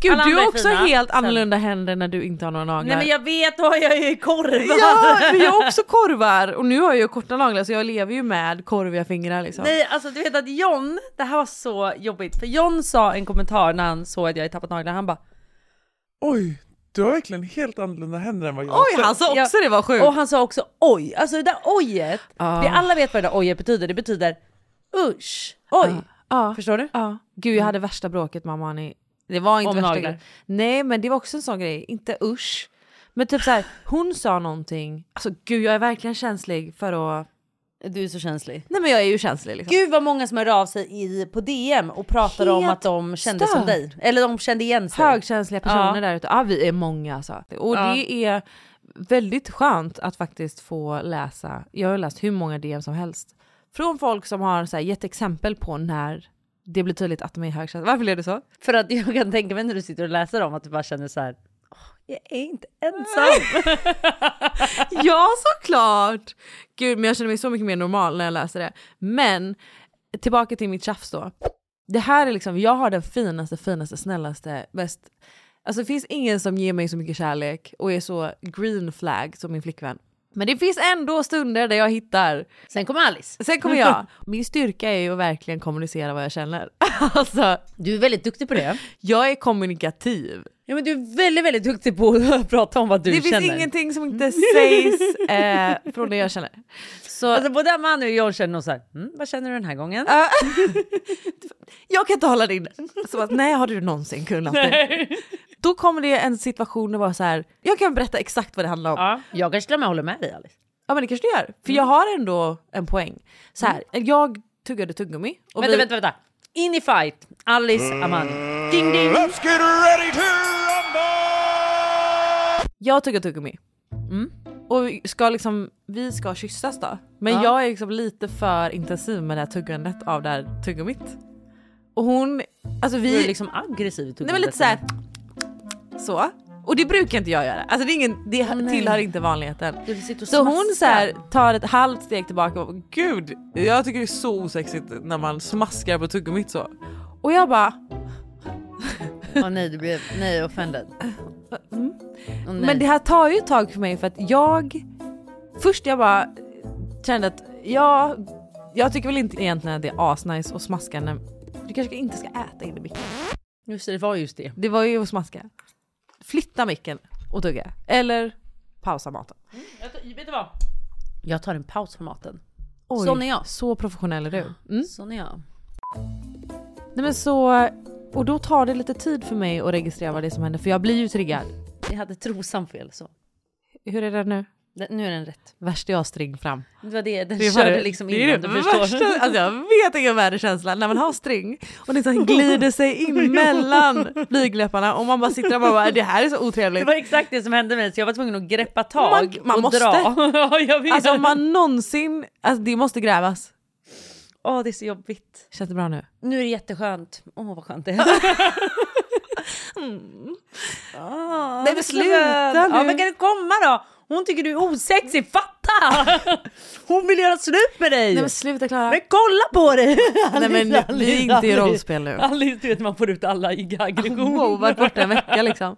Gud Alla du andra har är också fina. helt Sen- annorlunda händer när du inte har några naglar. Nej men jag vet, då har jag ju korvar. Ja, men jag har också korvar och nu har jag ju korta naglar så jag lever ju med korviga fingrar liksom. Nej alltså du vet att John, det här var så jobbigt för John sa en kommentar när han såg att jag hade tappat naglarna, han bara Oj, du har verkligen helt annorlunda händer än vad jag Oj han sa också det var sjukt. och han sa också oj, alltså det där ojet, Ah. vi alla vet vad det där ojet betyder, det betyder usch, oj, ja. Ah. förstår du? Ja. Gud jag hade värsta bråket med Armani. Det var inte Om värsta naglar. grejen. Nej men det var också en sån grej, inte usch. Men typ såhär, hon sa någonting, alltså gud jag är verkligen känslig för att, Du är så känslig. nej men jag är ju känslig liksom. Gud vad många som hör av sig i, på DM och pratar om Helt att de kände som stört. dig. Eller de kände igen sig. högkänsliga personer Ja. där ute. Ja, vi är många alltså. Och Ja. det är väldigt skönt att faktiskt få läsa. Jag har läst hur många DM som helst. Från folk som har så här, gett exempel på när det blir tydligt att de är högkänsliga. Varför blev det så? För att jag kan tänka mig när du sitter och läser dem att du bara känner så här. "Åh, Jag är inte ensam. ja, såklart! Gud, men jag känner mig så mycket mer normal när jag läser det. Men tillbaka till mitt tjafs då. Det här är liksom, jag har den finaste, finaste, snällaste, bäst... Alltså det finns ingen som ger mig så mycket kärlek och är så green flag som min flickvän. Men det finns ändå stunder där jag hittar Sen kommer Alice. Sen kommer jag. Min styrka är ju att verkligen kommunicera vad jag känner. Alltså, Du är väldigt duktig på det. jag är kommunikativ. Ja, men du är väldigt, väldigt duktig på att prata om vad du det känner. finns ingenting som inte sägs eh, från det jag känner. Så Alltså både Amanda och jag känner nog så här. Mm, vad känner du den här gången? jag kan inte hålla det inne. Så att, nej, har du någonsin kunnat det? Nej. Då kommer det en situation där vara så här. jag kan berätta exakt vad det handlar om. Ja. Mm. Jag kanske till och med håller med dig Alice. Ja men det kanske du gör, för jag har ändå en poäng. Så här, jag tuggade tuggummi. Och Mm. vänta, vi- vänta, vänta. In i fight. Alice Amani. Ding ding. Let's get ready to rumble! Jag tuggar tuggummi. Mm. Och vi ska liksom, vi ska kyssas då. Men Ja. jag är liksom lite för intensiv med det här tuggandet av det här tuggummit. Och hon, alltså vi, Du är liksom aggressiv. nej men lite såhär, så. Och det brukar inte jag göra. Alltså det, är ingen, det tillhör inte vanligheten. Du sitter och Så hon så här, smaskar. tar ett halvt steg tillbaka och Gud, jag tycker det är så osexigt när man smaskar på tuggummit så. och jag bara, Åh nej, du blev nej, offended. Åh, nej. Mm. men det här tar ju ett tag för mig för att jag, först jag bara kände att jag, jag tycker väl inte egentligen att det är asnice och smaska när, du kanske inte ska äta in i micken. Just det, det var just det. Det var ju att smaska. Flytta micken och tugga. Eller pausa maten. Jag tar, vet du vad? Jag tar en paus från maten. Oj, Sån är jag. Så professionell är du. Mm. Sån är jag. Nej men så, och då tar det lite tid för mig att registrera vad det är som händer för jag blir ju triggad. Jag hade trosan fel så. Hur är det nu? Det, nu är den rätt. Värst är jag string fram. Det var det, den Det är körde bara- liksom det innan är det du förstår. Värsta, alltså jag vet ingen värre känsla när man har string och det liksom glider sig in mellan blygdläpparna och man bara sitter där och bara, bara "Äh, det här är så Det otrevligt. var exakt det som hände mig så jag var tvungen att greppa tag Man- man och måste. dra. ja, jag vet. Alltså om man någonsin, alltså det måste grävas. Åh, det är så jobbigt. Känns det bra nu? Nu är det jätteskönt. Åh, vad skönt det är. Ah, Nej, men vad sluta skönt. Ja, nu. men kan du komma då? Hon tycker du är osexig, fatta! Hon vill göra slut med dig! Nej men sluta Klara. Men kolla på dig! Nej men nu, vi är inte i rollspel nu. Alice, du vet man får ut alla i aggression. Wow, varit borta en vecka liksom.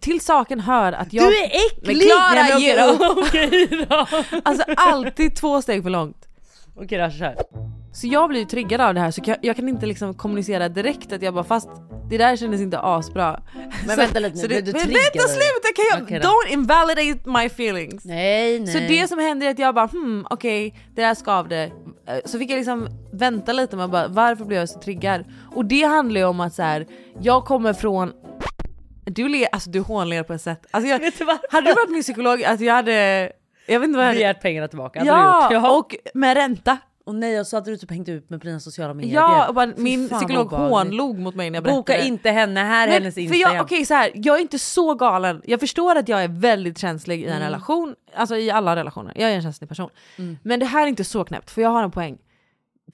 Till saken hör att jag... Du är äcklig! Men Klara, Nej, men ge okej, upp. Okej då. Alltså alltid två steg för långt. Okej då, kör. Så jag blir ju triggad av det här så jag, jag kan inte liksom kommunicera direkt att jag bara fast det där kändes inte asbra. Men så, vänta lite nu, så blev du men triggad vänta av det? sluta kan jag, Okej då. don't invalidate my feelings. Nej, nej. Så det som händer är att jag bara hmm okej det där skavde. Eh, Så fick jag liksom vänta lite med bara, varför blev jag så triggad? Och det handlar ju om att så här, jag kommer från du, le, alltså, du hånler på ett sätt. Alltså, jag, Vet du varför? hade du varit min psykolog att jag hade, jag vet inte vad jag hade Begärt pengarna tillbaka, hade Ja, du gjort. Ja. och med ränta. Och nej, och så hade du typ hängt ut med på dina sociala medier. Ja, och bara, min Fy fan, psykolog vad obehagligt. hånlog mot mig när jag berättade. Boka inte henne, här är Men, hennes för jag, Instagram. okej så här, jag är inte så galen. Jag förstår att jag är väldigt känslig i Mm. en relation, alltså i alla relationer. Jag är en känslig person. Men det här är inte så knäppt för jag har en poäng.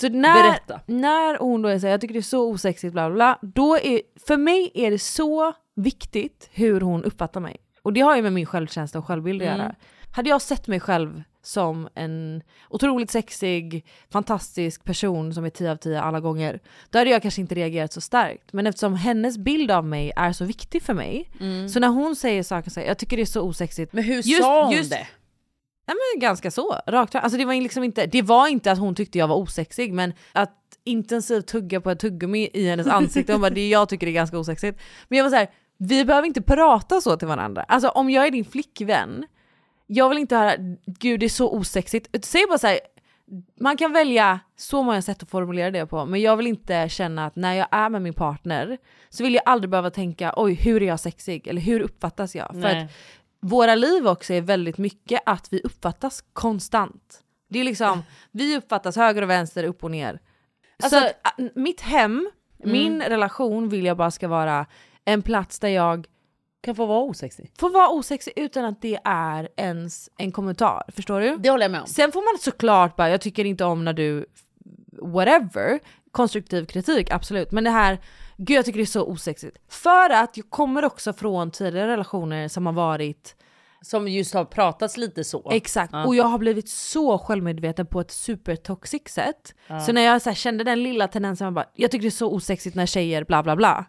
Så när, Berätta. när hon då är såhär, jag tycker det är så osexigt bla bla bla. Då är, för mig är det så viktigt hur hon uppfattar mig. Och det har ju med min självkänsla och självbild att göra. Hade jag sett mig själv som en otroligt sexig, fantastisk person som är 10 av 10 alla gånger. Då hade jag kanske inte reagerat så starkt. Men eftersom hennes bild av mig är så viktig för mig. Så när hon säger saker så här, jag tycker det är så osexigt. Men hur Just- sa hon just- det? Nej men ganska så, rakt fram. Alltså det var liksom inte, det var inte att hon tyckte jag var osexig men att intensivt tugga på ett tuggummi i hennes ansikte, hon bara det jag tycker är ganska osexigt. Men jag var så här, vi behöver inte prata så till varandra. Alltså om jag är din flickvän, jag vill inte höra gud det är så osexigt. Säg bara så här, man kan välja så många sätt att formulera det på men jag vill inte känna att när jag är med min partner så vill jag aldrig behöva tänka oj hur är jag sexig eller hur uppfattas jag? För Nej. att våra liv också är väldigt mycket att vi uppfattas konstant. Det är liksom, vi uppfattas höger och vänster, upp och ner. Alltså- så att, Mm. a- mitt hem, min relation vill jag bara ska vara en plats där jag Kan få vara osexig. får vara osexig utan att det är ens en kommentar. Förstår du? Det håller jag med om. Sen får man såklart bara, jag tycker inte om när du whatever, konstruktiv kritik absolut. Men det här, gud jag tycker det är så osexigt. För att jag kommer också från tidigare relationer som har varit Som just har pratats lite så. Exakt, och jag har blivit så självmedveten på ett supertoxic sätt. Så när jag så här kände den lilla tendensen, jag, bara, jag tycker det är så osexigt när tjejer bla bla bla.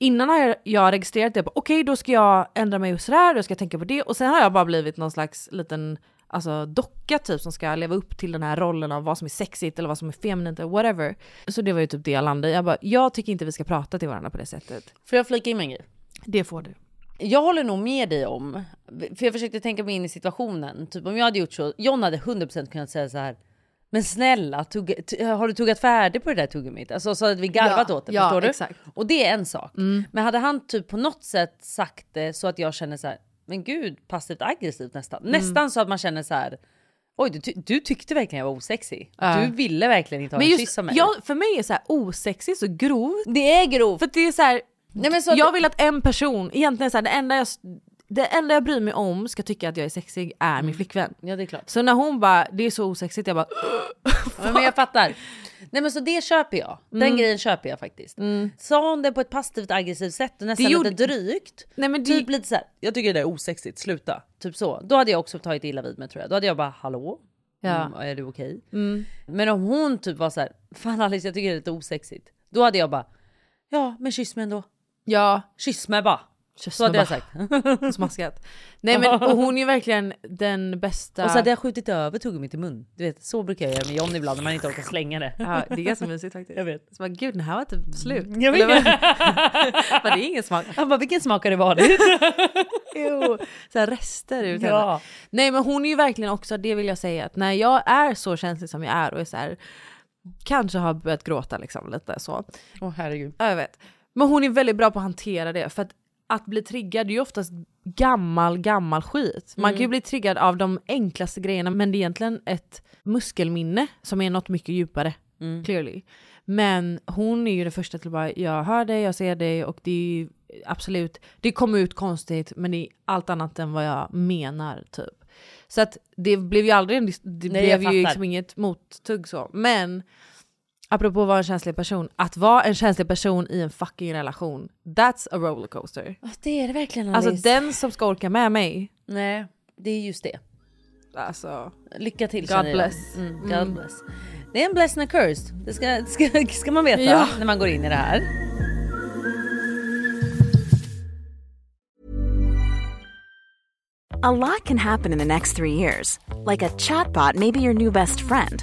Innan har jag, jag registrerat det, bara, okej då ska jag ändra mig och sådär, då ska jag tänka på det. Och sen har jag bara blivit någon slags liten alltså, docka typ som ska leva upp till den här rollen av vad som är sexigt eller vad som är feminint eller whatever. Så det var ju typ det jag landade i. Jag bara, jag tycker inte vi ska prata till varandra på det sättet. Får jag flika in med en grej? Det får du. Jag håller nog med dig om, för jag försökte tänka mig in i situationen. Typ om jag hade gjort så, John hade 100% kunnat säga så här. Men snälla, tugga, t- har du tuggat färdigt på det där tuggummit? Alltså så hade vi garvat Ja, åt det, ja, förstår du? exakt. Mm. Och det är en sak. Men hade han typ på något sätt sagt det så att jag känner så här, men gud, passivt aggressivt nästan. Mm. Nästan så att man känner så här, oj du, ty- du tyckte verkligen jag var osexig. Du ville verkligen inte ha Men en just, kyss av mig. jag, för mig är så här osexigt så grovt Det är grovt. För att det är så här, Nej, men så att- jag vill att en person, egentligen så här, det, enda jag, det enda jag bryr mig om ska tycka att jag är sexig är min Mm. flickvän. Ja det är klart. Så när hon bara, det är så osexigt, jag bara Ja, men jag fattar. Nej men så det köper jag. Den grejen köper jag faktiskt. Sa hon det på ett passivt aggressivt sätt och nästan Det gjorde- lite drygt. nej men det, Typ lite såhär, jag tycker det där är osexigt, sluta. Typ så. Då hade jag också tagit illa vid mig tror jag. Då hade jag bara, hallå? Ja. Mm, är du okej? Men om hon typ var så här, fan Alice jag tycker det är lite osexigt. Då hade jag bara, ja men kyss mig ändå. ja, Kyss mig bara. kyss Så hade mig jag bara. sagt. smaskat. Nej men och hon är verkligen den bästa. Och så hade jag skjutit över tuggummit i mun. Du vet, så brukar jag göra med John ibland när man inte orkar slänga det. ja, det är ganska mysigt faktiskt. Jag vet. Så bara, gud den här var typ slut. Jag vet. Eller vad- bara, det är ingen smak. Han bara, vilken smak har det varit? Ew. Så här rester ut Ja. henne. Nej men hon är ju verkligen också, det vill jag säga, att när jag är så känslig som jag är och är så här, kanske har börjat gråta liksom lite så. Åh herregud. Ja, jag vet. Men hon är väldigt bra på att hantera det. För att, att bli triggad är ju oftast gammal, gammal skit. Man kan ju bli triggad av de enklaste grejerna men det är egentligen ett muskelminne som är något mycket djupare. Mm. Clearly. Men hon är ju den första till att bara, jag hör dig, jag ser dig och det är ju absolut, det kom ut konstigt men det är allt annat än vad jag menar typ. Så att det blev ju aldrig en, dis- det Nej, jag blev ju fattar. liksom inget mottugg så. Men Apropå att vara en känslig person, att vara en känslig person i en fucking relation, that's a rollercoaster. Ja, Det är det verkligen Alice. Alltså den som ska orka med mig, Nej, det är just det. alltså Lycka till God känner jag. bless. Mm, God bless. Det är en blessing and curse. Det ska, ska, ska man veta Ja. när man går in i det här. A lot can happen in the next three years. Like a chatbot may be your new best friend.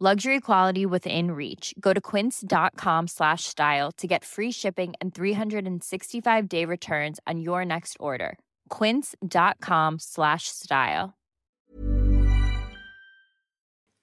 Luxury quality within reach. Go to quince.com slash style to get free shipping and 365 day returns on your next order. Quince.com slash style.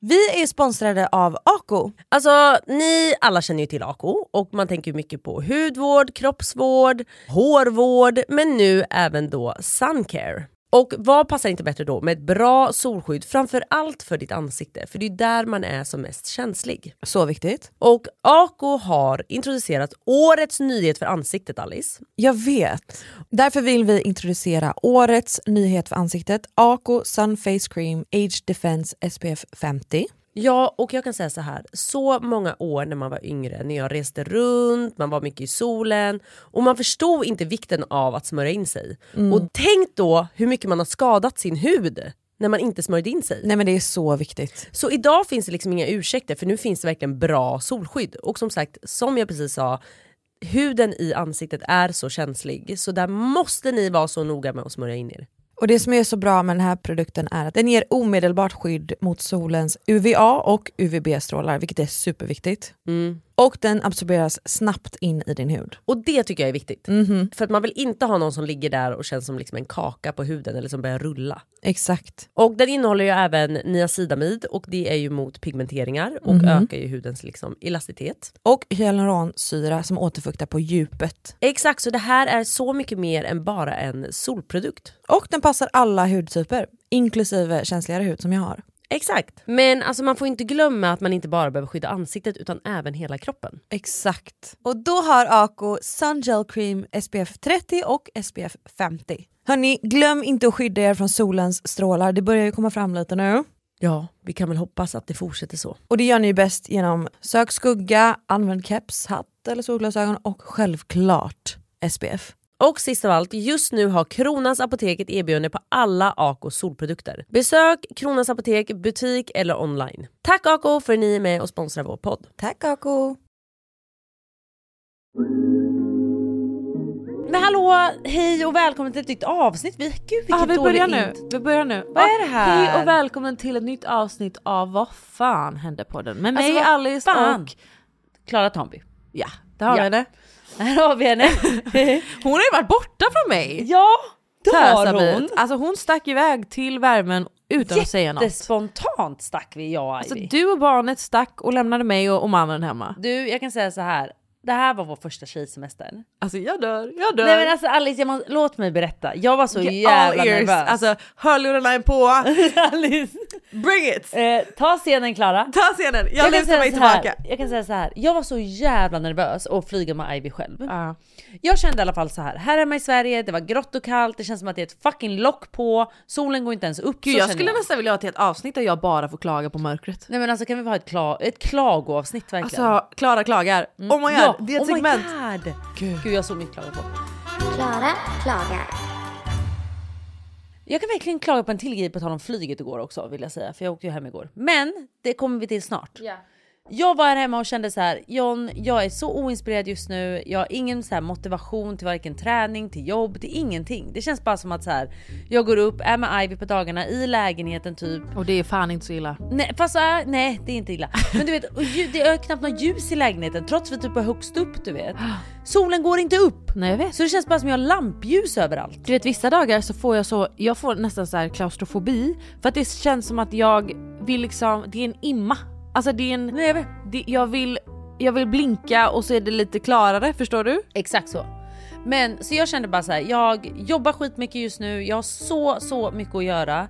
Vi är sponsrade av Ako. Alltså ni alla känner ju till Ako och man tänker ju mycket på hudvård, kroppsvård, hårvård men nu även då suncare. Och vad passar inte bättre då med ett bra solskydd framför allt för ditt ansikte för det är ju där man är som mest känslig. Så viktigt. Och Ako har introducerat årets nyhet för ansiktet Alice. Jag vet. Därför vill vi introducera årets nyhet för ansiktet, Ako Sun Face Cream Age Defense SPF 50. Ja, och jag kan säga så här. Så många år när man var yngre, när jag reste runt, man var mycket i solen och man förstod inte vikten av att smörja in sig. Och tänk då hur mycket man har skadat sin hud när man inte smörjde in sig. Nej men det är så viktigt. Så idag finns det liksom inga ursäkter för nu finns det verkligen bra solskydd. Och som sagt, som jag precis sa, huden i ansiktet är så känslig så där måste ni vara så noga med att smörja in er. Och det som är så bra med den här produkten är att den ger omedelbart skydd mot solens UVA och UVB-strålar, vilket är superviktigt. Mm. Och den absorberas snabbt in i din hud. Och det tycker jag är viktigt. För att man vill inte ha någon som ligger där och känns som liksom en kaka på huden eller som börjar rulla. Exakt. Och den innehåller ju även niacidamid och det är ju mot pigmenteringar och ökar ju hudens liksom elastitet. Och hyaluronsyra som återfuktar på djupet. Exakt, så det här är så mycket mer än bara en solprodukt. Och den passar alla hudtyper, inklusive känsligare hud som jag har. Exakt. Men alltså man får inte glömma att man inte bara behöver skydda ansiktet utan även hela kroppen. Exakt. Och då har Ako Sun Gel Cream SPF 30 och SPF 50. Hörni, glöm inte att skydda er från solens strålar. Det börjar ju komma fram lite nu. Ja, vi kan väl hoppas att det fortsätter så. Och det gör ni ju bäst genom sök skugga, använd keps, hatt eller solglasögon och självklart SPF. Och sist av allt, just nu har Kronans Apotek ett erbjudande på alla Ako solprodukter. Besök Kronans Apotek, butik eller online. Tack Ako för att ni är med och sponsrar vår podd. Tack Ako! Men hallå, hej och välkommen till ett nytt avsnitt. Vi, gud vilket Ah, vi dålig börjar nu. int- Vi börjar nu. Vad är det här? Hej och välkommen till ett nytt avsnitt av Vad fan hände på den? Med Alltså, mig vad Alice fan? och... Klara Tomby. Ja, där har vi Ja. henne. Här har vi henne. Hon har ju varit borta från mig! ja, det har hon. Tösabit. Alltså hon stack iväg till värmen utan att säga något. Jättespontant stack vi jag och Ivy. Så du och barnet stack och lämnade mig och, och mannen hemma. Du, jag kan säga så här. Det här var vår första tjejsemester. Alltså jag dör, jag dör. Nej men alltså Alice, jag må, låt mig berätta. Jag var så All jävla ears, nervös. oh, alltså hörlurarna är på. Alice. Bring it! Eh, ta scenen Klara. Ta scenen, jag, kan lutar säga mig så här, tillbaka. Jag kan säga så här. jag var så jävla nervös att flyga med Ivy själv. Jag kände i alla fall så här. här hemma i Sverige, det var grått och kallt, det känns som att det är ett fucking lock på, solen går inte ens upp. Gud så jag kände skulle nästan vilja ha till ett avsnitt där jag bara får klaga på mörkret. Nej men alltså kan vi ha ett, kla- ett klagoavsnitt verkligen? Alltså Klara klagar. Oh my god, ja, det är oh ett my segment. god! Gud. jag såg mitt klaga på. Klara klagar. Jag kan verkligen klaga på en till grej på tal om flyget igår också vill jag säga, för jag åkte ju hem igår. Men det kommer vi till snart. Jag var här hemma och kände så här, John, jag är så oinspirerad just nu. Jag har ingen så här motivation till varken träning, till jobb, till ingenting. Det känns bara som att så här, jag går upp, är med Ivy på dagarna i lägenheten typ. Och det är fan inte så illa. Nej, fast äh, nej, det är inte illa. Men du vet, och lju- det är knappt något ljus i lägenheten trots att vi typ är högst upp, du vet. Solen går inte upp. Nej jag vet. Så det känns bara som jag har lampljus överallt. Du vet vissa dagar så får jag så, jag får nästan så här klaustrofobi. För att det känns som att jag vill liksom, det är en imma. Alltså det är en, Nej, jag vet. det, jag vill jag vill blinka och så är det lite klarare, förstår du? Exakt så. Men så jag kände bara så här, jag jobbar skitmycket just nu, jag har så, så mycket att göra.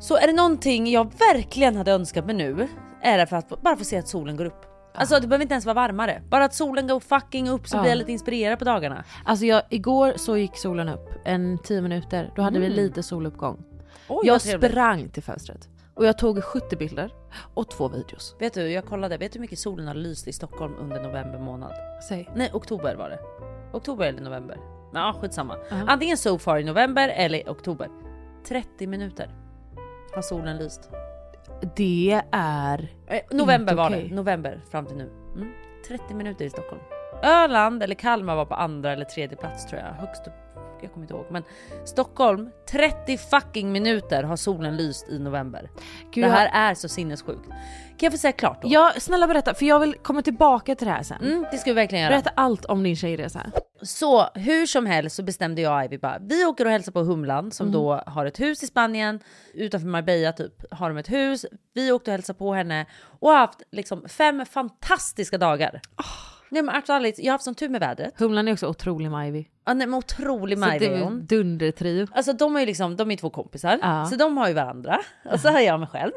Så är det någonting jag verkligen hade önskat mig nu, är det för att bara få se att solen går upp. Alltså det behöver inte ens vara varmare, bara att solen går fucking upp så Ja. blir jag lite inspirerad på dagarna. Alltså jag, igår så gick solen upp en 10 minuter, då hade vi lite soluppgång. Mm. Oj, vad jag trevligt. sprang till fönstret Och jag tog 70 bilder och två videos. Vet du, jag kollade. Vet du hur mycket solen har lyst i Stockholm under november månad? Säg. Nej, oktober var det. Oktober eller november? Ja, skitsamma. Antingen so far i november eller oktober. 30 minuter har solen lyst. Det är... Eh, november Inte var okej. det. November fram till nu. Mm. 30 minuter i Stockholm. Öland eller Kalmar var på andra eller tredje plats tror jag. Högst upp. Jag kommer inte ihåg. Men Stockholm, 30 fucking minuter har solen lyst i november. Gud, det här jag- är så sinnessjukt. Kan jag få säga klart då? Ja, snälla berätta för jag vill komma tillbaka till det här sen. Mm, det ska vi verkligen göra. Berätta allt om din tjejresa. Så hur som helst så bestämde jag och Ivy bara, vi åker och hälsar på Humlan Mm. som då har ett hus i Spanien, utanför Marbella typ har de ett hus. Vi åkte och hälsade på henne och har haft liksom fem fantastiska dagar. Ah. Nej men alltså Alice, jag har haft sån tur med vädret. Humlan är också otrolig med Ivy. Ja, nej, men otrolig Så det Maj är hon. en dundertrio. Alltså de är ju liksom, de är två kompisar, Ja. så de har ju varandra. Och så har jag mig själv.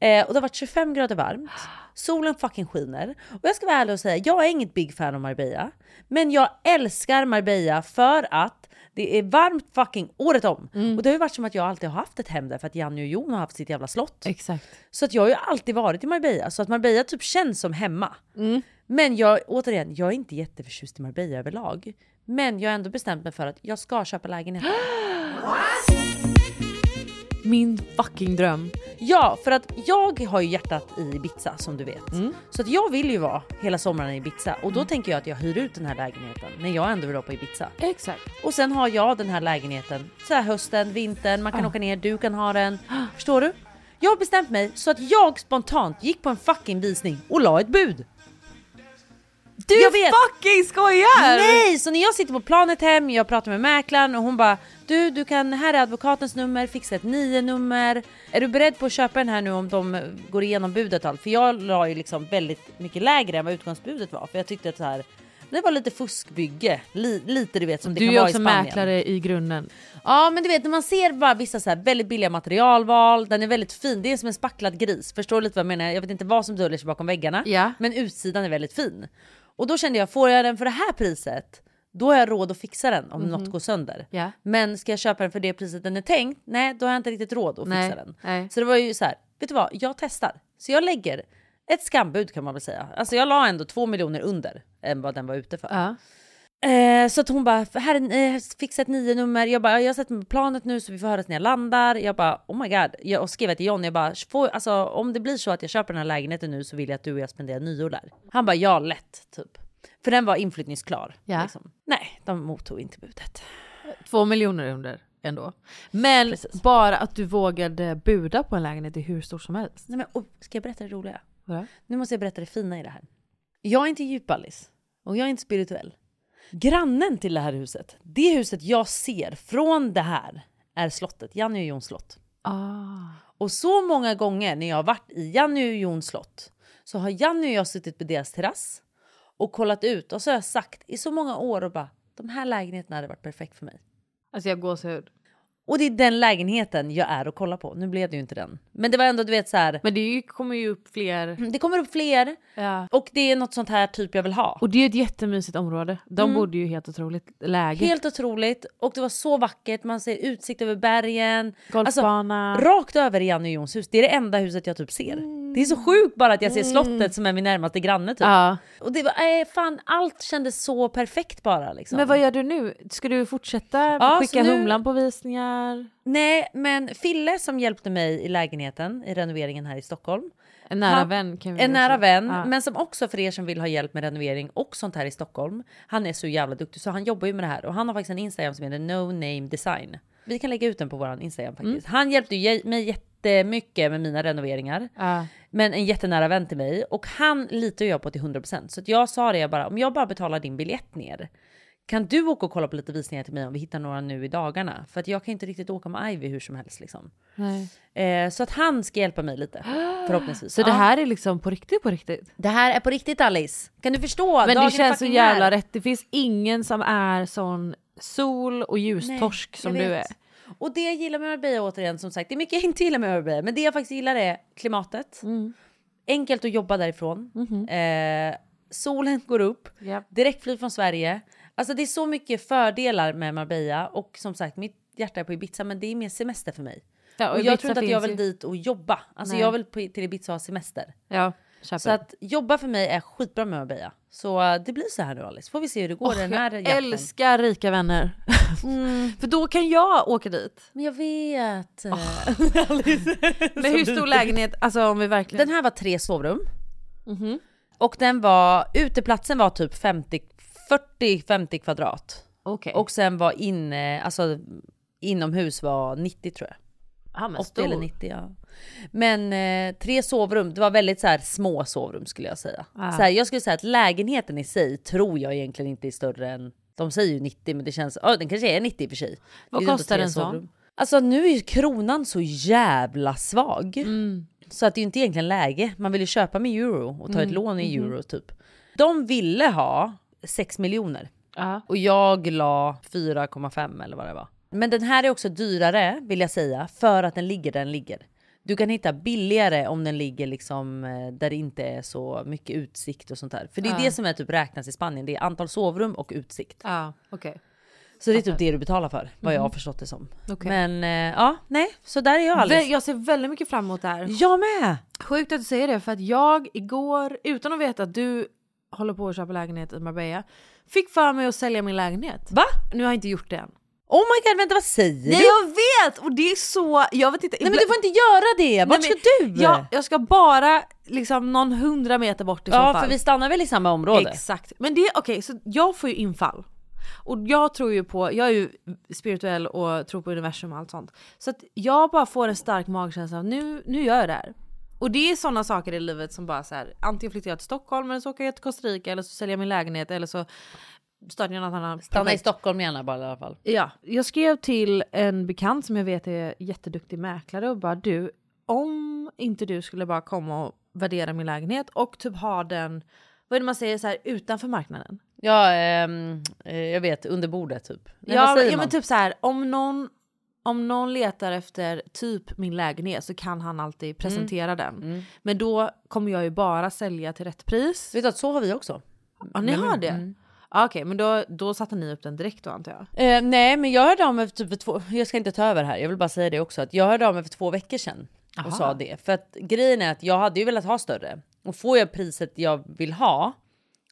Eh, och det har varit 25 grader varmt, solen fucking skiner. Och jag ska vara ärlig och säga, jag är inget big fan av Marbella. Men jag älskar Marbella för att det är varmt fucking året om. Och det har ju varit som att jag alltid har haft ett hem där för att Janne och Jon har haft sitt jävla slott. Exakt. Så att jag har ju alltid varit i Marbella, så att Marbella typ känns som hemma. Men jag, återigen, jag är inte jätteförtjust i Marbella överlag. Men jag har ändå bestämt mig för att jag ska köpa lägenhet. Min fucking dröm. Ja, för att jag har ju hjärtat i Ibiza som du vet. Så att jag vill ju vara hela sommaren i Ibiza och då tänker jag att jag hyr ut den här lägenheten när jag ändå vill vara på Ibiza. Exakt. Och sen har jag den här lägenheten så här hösten, vintern, man kan åka ner, du kan ha den. Förstår du? Jag har bestämt mig så att jag spontant gick på en fucking visning och la ett bud. Du Jag vet. fucking skojar! Nej! Så när jag sitter på planet hem, jag pratar med mäklaren och hon bara du, du kan, här är advokatens nummer, fixa ett 9-nummer. Är du beredd på att köpa den här nu om de går igenom budet och allt? För jag la ju liksom väldigt mycket lägre än vad utgångsbudet var. För jag tyckte att så här, det var lite fuskbygge. Li, lite du vet som det Du kan är vara i också Spanien. mäklare i grunden. Ja men du vet när man ser bara vissa så här väldigt billiga materialval, den är väldigt fin, det är som en spacklad gris. Förstår du lite vad jag menar? Jag vet inte vad som döljer sig bakom väggarna Ja. men utsidan är väldigt fin. Och då kände jag, får jag den för det här priset, då har jag råd att fixa den om något går sönder. Mhm. Ja. Men ska jag köpa den för det priset den är tänkt, nej då har jag inte riktigt råd att fixa Nej, den. nej. Så det var ju så här, vet du vad, jag testar. Så jag lägger ett skambud kan man väl säga. Alltså jag la ändå två miljoner under än vad den var ute för. Ja. Eh, så att hon bara, här är, eh, fixa ett nio nummer. Jag bara, jag har sett mig på planet nu så vi får höra när jag landar. Jag bara, oh my god. Jag, och skrev till John, jag bara, får, alltså, om det blir så att jag köper den här lägenheten nu så vill jag att du och jag spenderar nyår där. Han bara, ja lätt, typ. För den var inflyttningsklar. Ja. liksom. Nej, de mottog inte budet. Två miljoner under ändå. Men Precis. bara att du vågade buda på en lägenhet är hur stor som helst. Nej, men, och, ska jag berätta det roliga? Vadå? Nu måste jag berätta det fina i det här. Jag är inte djup Alice. Och jag är inte spirituell. Grannen till det här huset, det huset jag ser från det här, är slottet. Janne och Jons slott. Ah. Och så många gånger när jag har varit i Janny och Jons slott så har Janny och jag suttit på deras terrass och kollat ut och så har jag sagt i så många år och bara de här lägenheterna hade varit perfekt för mig. Alltså jag gåshud. Och det är den lägenheten jag är och kollar på. Nu blev det ju inte den. Men det var ändå du vet så här. Men det är ju- kommer ju upp fler. Det kommer upp fler Ja. och det är något sånt här typ jag vill ha. Och det är ju ett jättemysigt område. De bodde ju i helt otroligt läge. Mm. Helt otroligt och det var så vackert. Man ser utsikt över bergen. Golfbana. Alltså, rakt över i Janny och Jons hus. Det är det enda huset jag typ ser. Det är så sjukt bara att jag ser slottet som är min närmaste granne typ. ja. Och det var, eh, fan, allt kändes så perfekt bara. Liksom. Men vad gör du nu? Ska du fortsätta Ja, skicka så nu- Humlan på visningar? Nej, men Fille som hjälpte mig i lägenheten, i renoveringen här i Stockholm. En nära Han- vän kan vi En också- nära vän, Ja. men som också för er som vill ha hjälp med renovering och sånt här i Stockholm. Han är så jävla duktig så han jobbar ju med det här och han har faktiskt en Instagram som heter No Name Design. Vi kan lägga ut den på våran Instagram Mm. faktiskt. Han hjälpte ju ge- mig jättemycket med mina renoveringar. Ja. Men en jättenära vän till mig och han litar jag på till 100% så att jag sa det jag bara om jag bara betalar din biljett ner kan du åka och kolla på lite visningar till mig om vi hittar några nu i dagarna? För att jag kan inte riktigt åka med Ivy hur som helst liksom. Nej. Eh, så att han ska hjälpa mig lite förhoppningsvis. Så det Ja. här är liksom på riktigt på riktigt? det här är på riktigt Alice. Kan du förstå? Men Dagen är det känns så fucking jävla här. rätt. Det finns ingen som är sån sol och Nej, ljustorsk som jag du är. vet. Och det jag gillar med Marbella återigen som sagt, det är mycket jag inte gillar med Marbella, men det jag faktiskt gillar är klimatet. Mm. Enkelt att jobba därifrån. Mhm. Eh, solen går upp, Japp. direktflyg från Sverige. Alltså det är så mycket fördelar med Marbella och som sagt mitt hjärta är på Ibiza men det är mer semester för mig. Ja, Och Ibiza jag tror inte att jag finns vill ju. dit och jobba. Alltså Nej. jag vill på, till Ibiza och ha semester. Ja, köper. Så att jobba för mig är skitbra med Marbella. Så eh, det blir så här nu Alice. Får vi se hur det går i den här Mm. jag jakten. älskar rika vänner. För då kan jag åka dit. Men jag vet. Med hur stor lägenhet, alltså om vi verkligen... Den här var tre sovrum. Och den var, uteplatsen var typ 50, 40-50 kvadrat. Okej. Och sen var inne, alltså inomhus var 90 tror jag. Ja, men 80 stor. eller 90 ja. Men eh, tre sovrum, det var väldigt så här små sovrum skulle jag säga. Ah. Så här, jag skulle säga att lägenheten i sig tror jag egentligen inte är större än, de säger ju 90 men det känns, ja den kanske är 90 i och för sig. Vad Det är ju ändå kostar tre en sån? sovrum. Alltså nu är ju kronan så jävla svag. Mm. Så att det är ju inte egentligen läge, man vill ju köpa med euro och ta Mm. ett lån i Mhm. euro typ. De ville ha 6 miljoner. Ja. Och jag la 4,5 eller vad det var. Men den här är också dyrare vill jag säga för att den ligger där den ligger. Du kan hitta billigare om den ligger liksom eh, där det inte är så mycket utsikt och sånt där. För det är det som är typ räknas i Spanien. Det är antal sovrum och utsikt. Ja, okej. Så det är typ det du betalar för vad jag har förstått det som. Okej. Men eh, ja, nej, så där är jag Vä- Alice. Jag ser väldigt mycket fram emot det här. Jag med! Sjukt att du säger det för att jag igår, utan att veta att du håller på att köpa lägenhet i Marbella, fick för mig att sälja min lägenhet. Va? Nu har jag inte gjort det än. Oh my god, vänta vad säger Nej du? jag vet! Och det är så, jag vet inte. Nej men du får inte göra det! Vart Nej, ska men- du? Ja, jag ska bara liksom någon hundra meter bort i så ja fall. för vi stannar väl i samma område? Exakt. Men det, okej, så jag får ju infall. Och jag tror ju på, jag är ju spirituell och tror på universum och allt sånt. Så att jag bara får en stark magkänsla av nu, nu gör jag det här. Och det är sådana saker i livet som bara så här, antingen flyttar jag till Stockholm eller så åker jag till Costa Rica eller så säljer jag min lägenhet eller så startar jag något annat Stanna i projekt. Stockholm gärna bara i alla fall. Ja, jag skrev till en bekant som jag vet är jätteduktig mäklare och bara du, om inte du skulle bara komma och värdera min lägenhet och typ ha den, vad är det man säger så här, utanför marknaden? Ja, ehm, eh, jag vet, under bordet typ. Nej, vad ja, ja säger men man? typ så här, om någon, om någon letar efter typ min lägenhet så kan han Mm. alltid presentera den. Men då kommer jag ju bara sälja till rätt pris. Vet Mm. du att så har vi också. Ja, ni har det? Ja, Okej, men då, då satte ni upp den direkt då antar jag? Eh, nej, men jag hörde av mig för typ för två, jag ska inte ta över här, jag vill bara säga det också, att jag hörde av mig för två veckor sedan och sa det. För att grejen är att jag hade ju velat ha större. Och får jag priset jag vill ha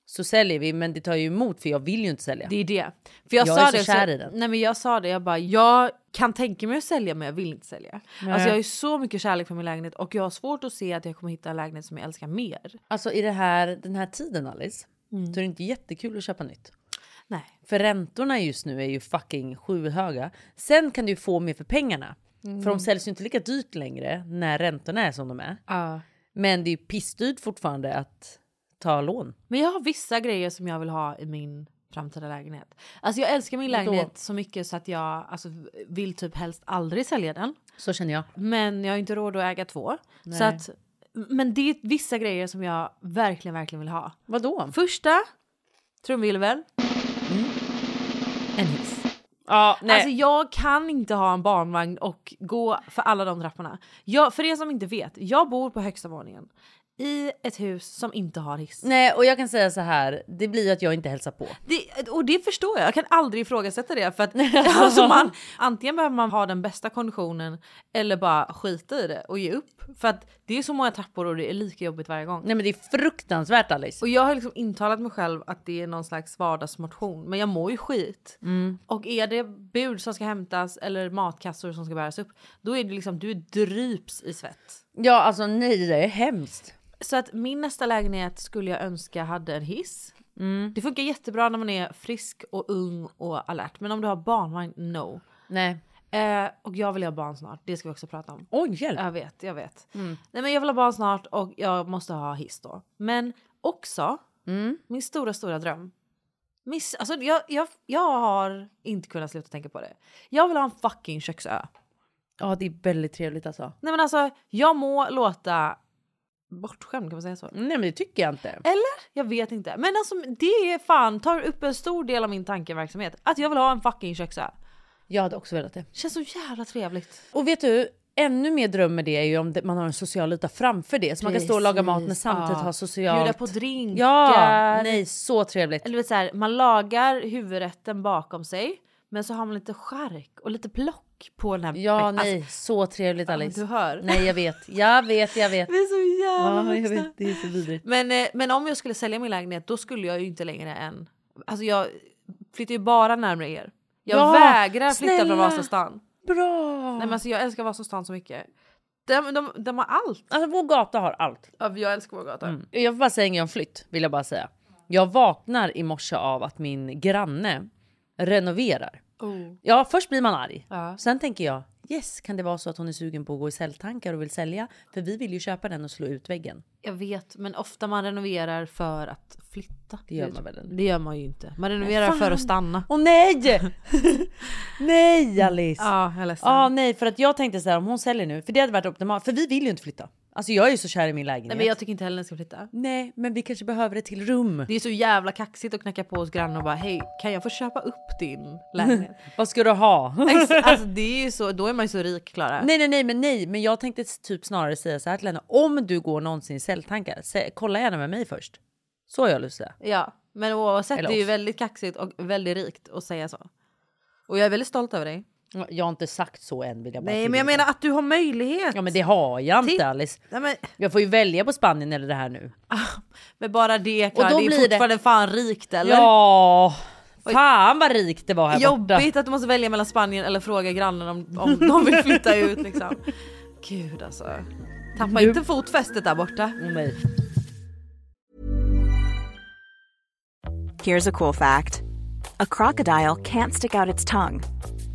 så säljer vi, men det tar ju emot för jag vill ju inte sälja. Det är det. För jag, Jag sa är så det, kär i den. Nej men jag sa det, jag bara jag kan tänka mig att sälja men jag vill inte sälja. Alltså jag har ju så mycket kärlek för min lägenhet och jag har svårt att se att jag kommer hitta en lägenhet som jag älskar mer. Alltså i det här, den här tiden Alice, Mm. så är det inte jättekul att köpa nytt. Nej. För räntorna just nu är ju fucking skyhöga. Sen kan du ju få mer för pengarna. För de säljs ju inte lika dyrt längre när räntorna är som de är. Men det är ju pissdyrt fortfarande att ta lån. Men jag har vissa grejer som jag vill ha i min framtida lägenhet. Alltså jag älskar min lägenhet så mycket så att jag alltså, vill typ helst aldrig sälja den. Så känner jag. Men jag har inte råd att äga två. Så att, men det är vissa grejer som jag verkligen, verkligen vill ha. Vadå? Första, trumvirvel. En hiss. Ja, Alltså jag kan inte ha en barnvagn och gå för alla de trapporna. Jag, för er som inte vet, jag bor på högsta våningen i ett hus som inte har hiss. Nej, och jag kan säga så här, det blir ju att jag inte hälsar på. Det, och det förstår jag, jag kan aldrig ifrågasätta det. För att, alltså man, antingen behöver man ha den bästa konditionen eller bara skita i det och ge upp. För att det är så många trappor och det är lika jobbigt varje gång. Nej men det är fruktansvärt Alice. Och jag har liksom intalat mig själv att det är någon slags vardagsmotion. Men jag mår ju skit. Och är det bud som ska hämtas eller matkassor som ska bäras upp. Då är det liksom, du dryps i svett. Ja alltså nej, det är hemskt. Så att min nästa lägenhet skulle jag önska hade en hiss. Det funkar jättebra när man är frisk och ung och alert. Men om du har barnvagn, no. Nej. Eh, och jag vill ha barn snart, det ska vi också prata om. Oj, hjälp. Jag vet, jag vet. Mm. Nej, men jag vill ha barn snart och jag måste ha hiss då. Men också Mm. min stora, stora dröm. Miss, alltså, jag, jag, jag har inte kunnat sluta tänka på det. Jag vill ha en fucking köksö. Ja, det är väldigt trevligt alltså. Nej men alltså, jag må låta bortskämd, kan man säga så? Nej men det tycker jag inte. Eller? Jag vet inte. Men alltså det är fan tar upp en stor del av min tankeverksamhet. Att jag vill ha en fucking köksö. Jag hade också velat det. Känns så jävla trevligt. Och vet du, ännu mer dröm med det är ju om det, man har en social yta framför det. Så man kan stå och laga mat men Precis, samtidigt ja. ha socialt. Bjuda på drinkar. Ja, nej så trevligt. Eller du vet så här, man lagar huvudrätten bakom sig men så har man lite skärk och lite plock tryck på den här... Ja, alltså, nej. Så trevligt ja, Alice. Du hör. Nej, jag vet. Jag vet, jag vet. Vi är så jävla Ja, jag vuxna. vet. Det är så vidrigt. Men, eh, men om jag skulle sälja min lägenhet då skulle jag ju inte längre än... Alltså jag flyttar ju bara närmare er. Jag Ja, vägrar flytta snälla. från Vasastan. Bra! Nej, men alltså, jag älskar Vasastan så mycket. De, de, de har allt. Mm. Alltså vår gata har allt. Ja, Jag älskar vår gata. Jag vill bara säga en grej om flytt, vill jag bara säga. Jag vaknar i morse av att min granne renoverar. Ja, först blir man arg. Oh. Ja. Sen tänker jag, yes, kan det vara så att hon är sugen på att gå i säljtankar och vill sälja? För vi vill ju köpa den och slå ut väggen. Jag vet, men ofta man renoverar för att flytta. Typ. Det gör man väl ändå. Det gör man ju inte. Man renoverar för fan. att stanna. Åh nej! nej Alice! Mm. Ja, Ja, jag är ledsen. nej, för att jag tänkte så här om hon säljer nu, för det hade varit optimalt, för vi vill ju inte flytta. Alltså jag är ju så kär i min lägenhet. Nej, men jag tycker inte heller den ska flytta. Nej, men vi kanske behöver ett till rum. Det är så jävla kaxigt att knacka på hos grannen och bara hej, kan jag få köpa upp din lägenhet? Vad ska du ha? Ex- alltså det är ju så, då är man ju så rik Klara. Nej, nej, nej, men nej, men jag tänkte typ snarare säga så här till henne. Om du går någonsin i säljtankar, sä- kolla gärna med mig först. Så har jag lust att säga. Ja, men oavsett Eller det är ju oss. väldigt kaxigt och väldigt rikt att säga så. Och jag är väldigt stolt över dig. Jag har inte sagt så än vill jag bara Nej men jag tillägga. menar att du har möjlighet. Ja, men det har jag inte Titt- Alice. Nej, men, Jag får ju välja på Spanien eller det här nu. men bara det Klara, då det blir är det- fortfarande fan rikt eller? Ja, fan vad rikt det var här borta. Jobbigt att du måste välja mellan Spanien eller fråga grannen om, om de vill flytta ut liksom. Gud alltså. Tappa inte fotfästet där borta. Nej. Here's a cool fact a crocodile can't stick out its tongue.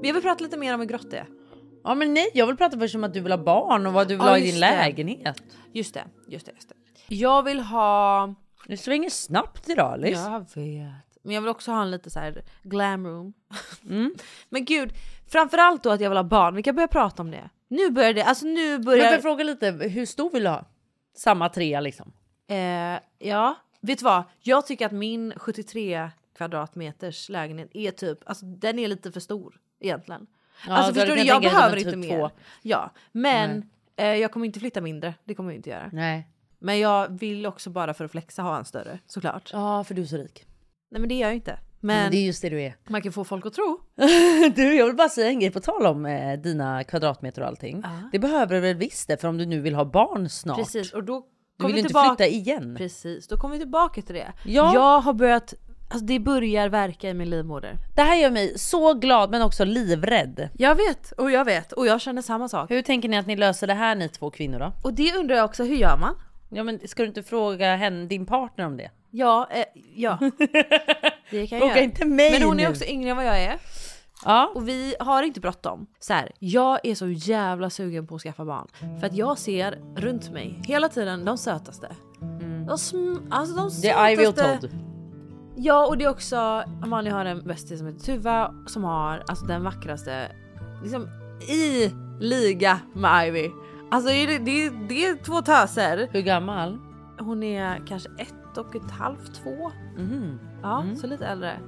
Men jag vill prata lite mer om hur grått det är. Ja, men nej, jag vill prata först om att du vill ha barn och vad du vill Ja, ha i just din det. lägenhet. Just det, just det, just det. Jag vill ha... Du svänger snabbt idag Alice. Jag vet. Mm. Men jag vill också ha en lite så här glam room. Men gud, framförallt då att jag vill ha barn. Vi kan börja prata om det. Nu börjar det, alltså nu Men får börjar... jag fråga lite, hur stor vill du ha? Samma trea liksom. Eh, ja, vet du vad? Jag tycker att min 73 kvadratmeters lägenhet är typ, alltså den är lite för stor egentligen. alltså du hade förstår du, kunnat jag tänka dig som behöver inte en typ mer. två. Ja, men eh, jag kommer inte flytta mindre, det kommer jag inte göra. Nej. Men jag vill också bara för att flexa ha en större såklart. Ja, för du är så rik. Nej men det gör jag inte. Men, Men, det är just det du är. man kan få folk att tro. Du, jag vill bara säga en grej på tal om eh, dina kvadratmeter och allting. Det behöver du väl visst det, för om du nu vill ha barn snart. Precis och då Du kommer vill vi ju inte tillbaka. flytta igen. Precis, då kommer vi tillbaka till det. Ja. Jag har börjat, alltså det börjar verka i min livmoder. Det här gör mig så glad men också livrädd. Jag vet och jag vet och jag känner samma sak. Hur tänker ni att ni löser det här ni två kvinnor då? Och det undrar jag också, hur gör man? Ja men ska du inte fråga henne, din partner om det? Ja, eh, ja. Det kan jag Fråga göra. inte mig Men hon är nu. också yngre än vad jag är. Ja. Och vi har inte bråttom. Så här, jag är så jävla sugen på att skaffa barn. För att jag ser runt mig hela tiden de sötaste. De, sm- alltså de Det är sötaste. I will Todd. Ja och det är också, Amalia har en bästis som heter Tuva som har alltså den vackraste, liksom i liga med Ivy. Alltså det är, det är, det är två töser. Hur gammal? Hon är kanske ett och ett halvt, två. Ja, så lite äldre.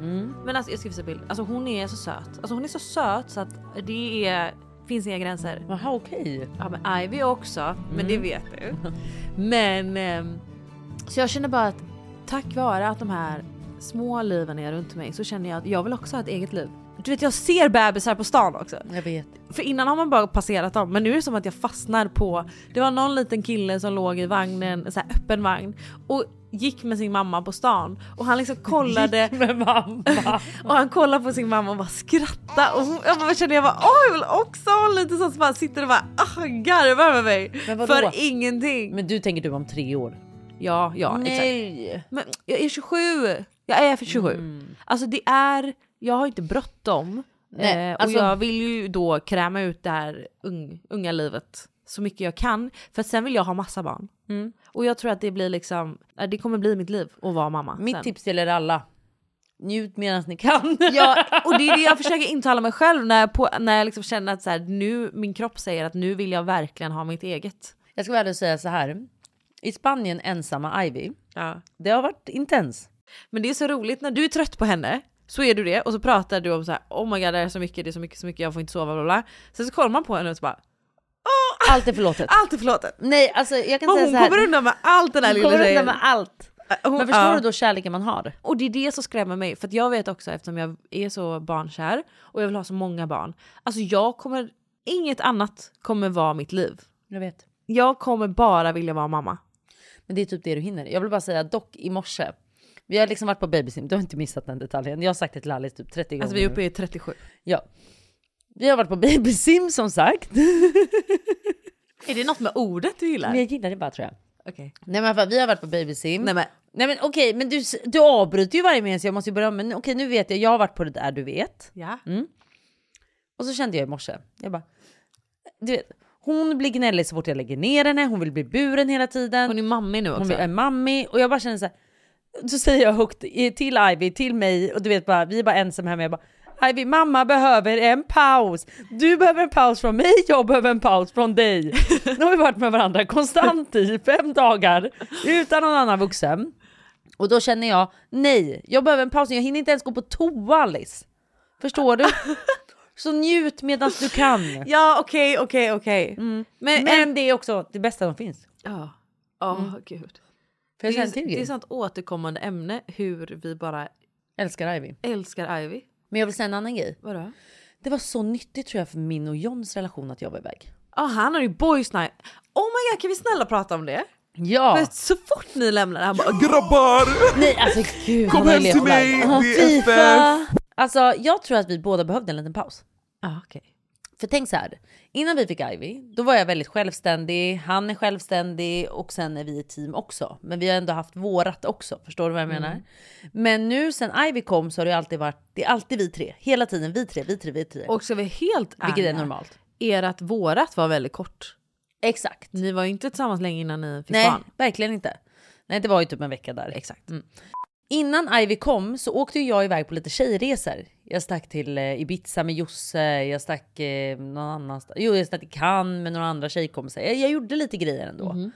Men alltså jag ska visa bild. Alltså hon är så söt. Alltså hon är så söt så att det är, finns inga gränser. Jaha okej. Ja men Ivy också, men det vet du. Men ehm, så jag känner bara att tack vare att de här små liven är runt mig så känner jag att jag vill också ha ett eget liv. Du vet jag ser bebisar på stan också. Jag vet. För innan har man bara passerat dem men nu är det som att jag fastnar på, det var någon liten kille som låg i vagnen, en så här öppen vagn och gick med sin mamma på stan och han liksom kollade med mamma. och han kollade på sin mamma och bara skrattade och hon, jag bara kände jag bara åh jag vill också ha lite sån som bara sitter och bara ah, garvar med mig Men vadå? för ingenting. Men du tänker du om tre år? Ja, ja Nej. exakt. Men jag är 27! Jag är för 27. Mm. Alltså det är, jag har inte bråttom. Nej, eh, och alltså- jag vill ju då kräma ut det här ung, unga livet så mycket jag kan. För att sen vill jag ha massa barn. Mm. Och jag tror att det blir liksom, eh, det kommer bli mitt liv att vara mamma. Mitt sen. tips gäller alla. Njut medan ni kan. Ja, och det är det jag försöker intala mig själv när jag, på, när jag liksom känner att så här, nu, min kropp säger att nu vill jag verkligen ha mitt eget. Jag ska vara ärlig och säga så här. I Spanien ensamma Ivy. Ja. Det har varit intens. Men det är så roligt när du är trött på henne så är du det och så pratar du om så här, oh my god det här är så mycket, det är så mycket, så mycket, jag får inte sova bla bla. bla." Sen så kollar man på henne och så bara Allt är förlåtet. allt är förlåtet. Nej alltså jag kan Och säga hon så här. kommer undan med allt den här Hon lilla kommer undan tjejen. med allt. Hon- Men förstår ja. du då kärleken man har? Och det är det som skrämmer mig för att jag vet också eftersom jag är så barnkär och jag vill ha så många barn. Alltså jag kommer, inget annat kommer vara mitt liv. Jag vet. Jag kommer bara vilja vara mamma. Men det är typ det du hinner. Jag vill bara säga dock i morse. Vi har liksom varit på babysim. Du har inte missat den detaljen. Jag har sagt det till Alice typ 30 gånger. Alltså vi är nu. uppe i 37. Ja. Vi har varit på babysim som sagt. Är det något med ordet du gillar? Men jag gillar det bara tror jag. Okej. Nej men för vi har varit på babysim. Nej men Nej men okej, men du, du avbryter ju varje mening så jag måste ju börja om. Men okej, nu vet jag. Jag har varit på det där du vet. ja. Och så kände jag i morse, jag bara, du vet, hon blir gnällig så fort jag lägger ner henne, hon vill bli buren hela tiden. Hon är mamma nu också. Hon är mammi och jag bara känner så här. Så säger jag högt i- till Ivy, till mig och du vet bara, vi är bara ensam hemma. Jag bara, Ivy, mamma behöver en paus. Du behöver en paus från mig, jag behöver en paus från dig. Nu har vi varit med varandra konstant i fem dagar utan någon annan vuxen. Och då känner jag, nej, jag behöver en paus. Jag hinner inte ens gå på toa Alice. Förstår du? Så njut medan du kan. Ja okej okej okej. Mm. Men, eh, Mm. Men det är också det bästa som finns. ja. Åh, gud. För jag det, känner till är, det är grej. sånt återkommande ämne hur vi bara Älskar Ivy. älskar Ivy. Men jag vill säga en annan grej. Vadå? Det var så nyttigt tror jag för min och Johns relation att jag var iväg. Ja han har ju boys night. Oh my god kan vi snälla prata om det? Ja! För så fort ni lämnar det här bara Grabbar! Nej alltså gud, Kom han har ju hem till levt mig! live. Det är FF! Alltså jag tror att vi båda behövde en liten paus. ah, okej. För tänk så här, innan vi fick Ivy, då var jag väldigt självständig, han är självständig och sen är vi ett team också. Men vi har ändå haft vårat också, förstår du vad jag Mm. menar? Men nu sen Ivy kom så har det alltid varit, det är alltid vi tre, hela tiden vi tre, vi tre, vi tre. Och ska vi helt ärliga. vilket är normalt. Ert vårat var väldigt kort. Exakt. Ni var ju inte tillsammans länge innan ni fick Nej, barn. verkligen inte. Nej, det var ju typ en vecka där. Exakt. Mm. Innan Ivy kom så åkte ju jag iväg på lite tjejresor. Jag stack till eh, Ibiza med Josse, jag stack eh, någon annanstans. Jo, jag stack till Cannes med några andra tjejkompisar. Jag, jag gjorde lite grejer ändå. Mhm.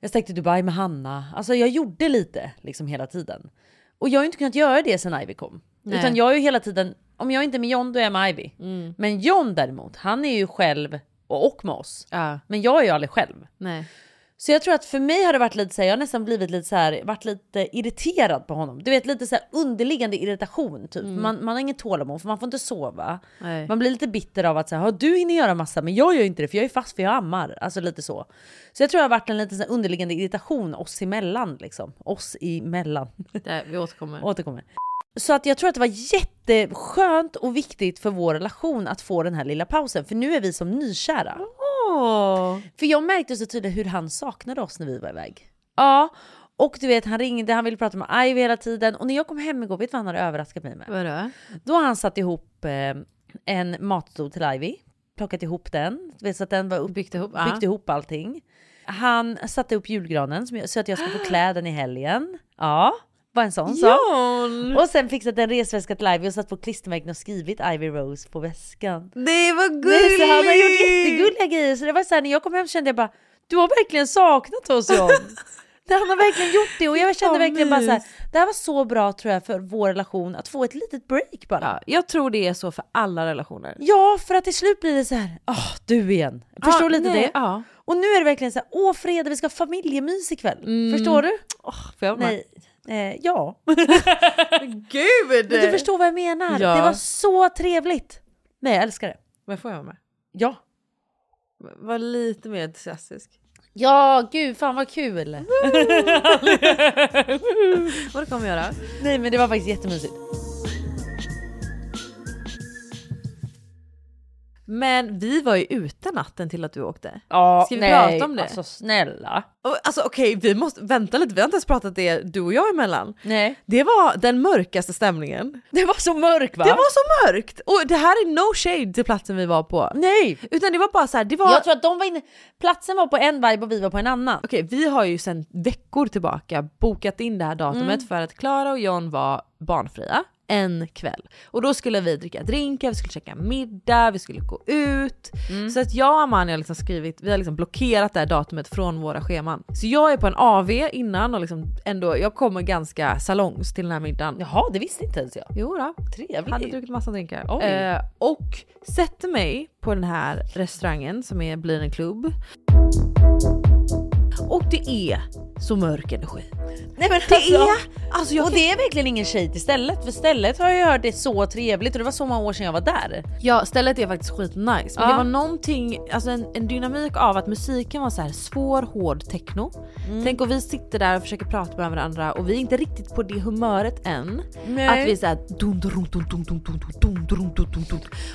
Jag stack till Dubai med Hanna. Alltså jag gjorde lite liksom hela tiden. Och jag har ju inte kunnat göra det sen Ivy kom. Utan jag är ju hela tiden, om jag inte är med John då är jag med Ivy. Mm. Men John däremot, han är ju själv och, och med oss. Ja. Men jag är ju aldrig själv. Nej. Så jag tror att för mig har det varit lite så här, jag har nästan blivit lite så här, varit lite irriterad på honom. Du vet lite så här underliggande irritation typ. Man, man har inget tålamod för man får inte sova. Nej. Man blir lite bitter av att så här, "Ja, du hinner göra massa men jag gör ju inte det för jag är fast för jag ammar. Alltså lite så. Så jag tror det har varit en liten så här underliggande irritation oss emellan liksom. Oss emellan. Där, vi återkommer. Återkommer. Så att jag tror att det var jätteskönt och viktigt för vår relation att få den här lilla pausen. För nu är vi som nykära. Åh. För jag märkte så tydligt hur han saknade oss när vi var iväg. Ja, och du vet han ringde, han ville prata med Ivy hela tiden. Och när jag kom hem igår, vet du vad han hade överraskat mig med? Vadå? Då har han satt ihop eh, en matstol till Ivy, plockat ihop den, du vet, så att den var upp, Byggt ihop? ja. byggt ihop allting. Han satte upp julgranen som jag, så att jag ska få kläden i helgen. Ja, var en sån sak. John! Och sen fixat en resväska till Ivy och satt på klistermärken och skrivit Ivy Rose på väskan. Det var Nej, gulligt! så han har gjort jättegulliga grejer. Så det var så här, när jag kom hem kände jag bara, du har verkligen saknat oss John. Han har verkligen gjort det och jag kände Vad verkligen bara så här, mys. det här var så bra tror jag för vår relation att få ett litet break bara. Ja, jag tror det är så för alla relationer. Ja, för att till slut blir det så här, ah, du igen. Förstår Ja, du lite Ah, nej, det? ja. Och nu är det verkligen så här, åh fredag, vi ska ha familjemys ikväll. Mm. Förstår du? Får jag vara med? Nej, eh, ja. Gud! Men du förstår vad jag menar. Ja. Det var så trevligt. Men jag älskar det. Men får jag vara med? Ja. V- Var lite mer entusiastisk. Ja, gud fan vad kul. Vad det kommer jag göra. Nej men det var faktiskt jättemysigt. Men vi var ju ute natten till att du åkte. Ja, Ska vi nej, prata om det? Alltså snälla. Och, Alltså okej, vi måste vänta lite. Vi har inte ens pratat det du och jag emellan. Nej. Det var den mörkaste stämningen. Det var så mörkt va? Det var så mörkt! Och det här är no shade till platsen vi var på. Nej! Utan det var bara så här, det var... Jag tror att de var inne, platsen var på en vibe och vi var på en annan. Okej, vi har ju sedan veckor tillbaka bokat in det här datumet Mm. för att Klara och John var barnfria en kväll. Och då skulle vi dricka drinkar, vi skulle käka middag, vi skulle gå ut. Mm. Så att jag och Amanda har liksom skrivit, vi har liksom blockerat det här datumet från våra scheman. Så jag är på en AV innan och liksom ändå, jag kommer ganska salongs till den här middagen. Jaha, det visste inte ens jag. Jo då. Trevligt. Hade druckit massa drinkar. Oj. Eh, och sätter mig på den här restaurangen som är, blir en klubb. Och det är så mörk energi. Nej, men Det alltså, är, alltså jag, och det är verkligen ingen tjej till stället, för stället har jag ju hört det är så trevligt och det var så många år sedan jag var där. ja, stället är faktiskt skitnice. Men det Ja. var någonting, alltså en, en dynamik av att musiken var så här svår, hård techno. Mm. Tänk och vi sitter där och försöker prata med varandra och vi är inte riktigt på det humöret än. Att vi är såhär...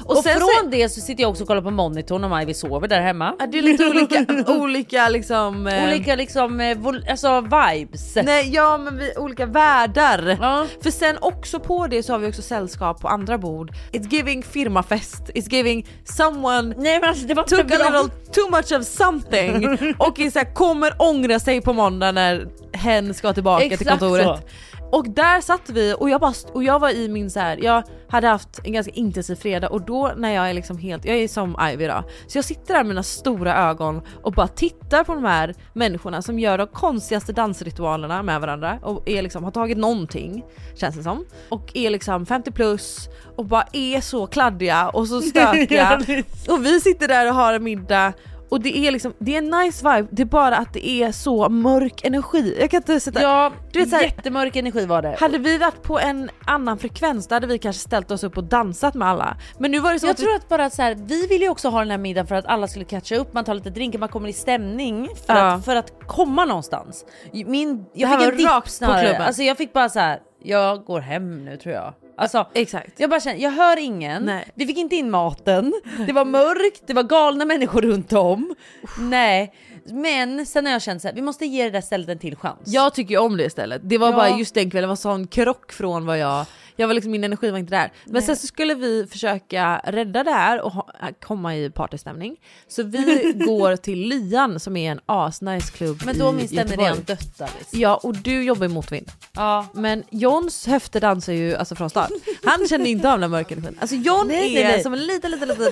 Och, sen så- från det så sitter jag också och kollar på monitorn om Ivy sover där hemma. Ja, Det är lite olika, olika liksom... eh, Olika liksom, eh, vol- alltså vibes. Nej, ja men vi olika världar. Ja. För sen också på det så har vi också sällskap på andra bord. It's giving firmafest, it's giving someone Nej men alltså det var took a väl- little too much of something och är så här, kommer ångra sig på måndag när hen ska tillbaka till Exakt kontoret. så. Alltså, Och där satt vi och jag, bara, st- och jag var i min så här, jag hade haft en ganska intensiv fredag och då när jag är liksom helt, jag är som Ivy då, så jag sitter där med mina stora ögon och bara tittar på de här människorna som gör de konstigaste dansritualerna med varandra och är liksom, har tagit någonting känns det som och är liksom 50 plus och bara är så kladdiga och så stökiga och vi sitter där och har en middag och det är liksom, det är en nice vibe, det är bara att det är så mörk energi. Jag kan inte sätta... Ja, Du vet så här- jättemörk energi var det. Hade vi varit på en annan frekvens då hade vi kanske ställt oss upp och dansat med alla. Men nu var det så Jag att vi- tror att bara så här, vi ville ju också ha den här middagen för att alla skulle catcha upp, man tar lite drinkar, man kommer i stämning för, Ja. att, för att komma någonstans. Min, jag här fick var en dipp rakt på snarare, klubben. alltså jag fick bara så här. jag går hem nu tror jag. Alltså, Exakt. jag bara känner, jag hör ingen, Nej. vi fick inte in maten, det var mörkt, det var galna människor runt om. Nej, men sen har jag känt så här, vi måste ge det där stället en till chans. Jag tycker ju om det istället. Det var Ja. bara just den kvällen, det var sån krock från vad jag... jag var liksom, min energi var inte där. Men sen så skulle vi försöka rädda det här och ha, komma i partystämning. Så vi går till Lian som är en asnice klubb men då i minns den Göteborg. redan dött Alice. Ja och du jobbar i motvind. Ja. Men Johns höfter dansar ju alltså från start. Han känner inte av den mörka energin. Alltså John Nej, är nej, nej. som en liten, liten, liten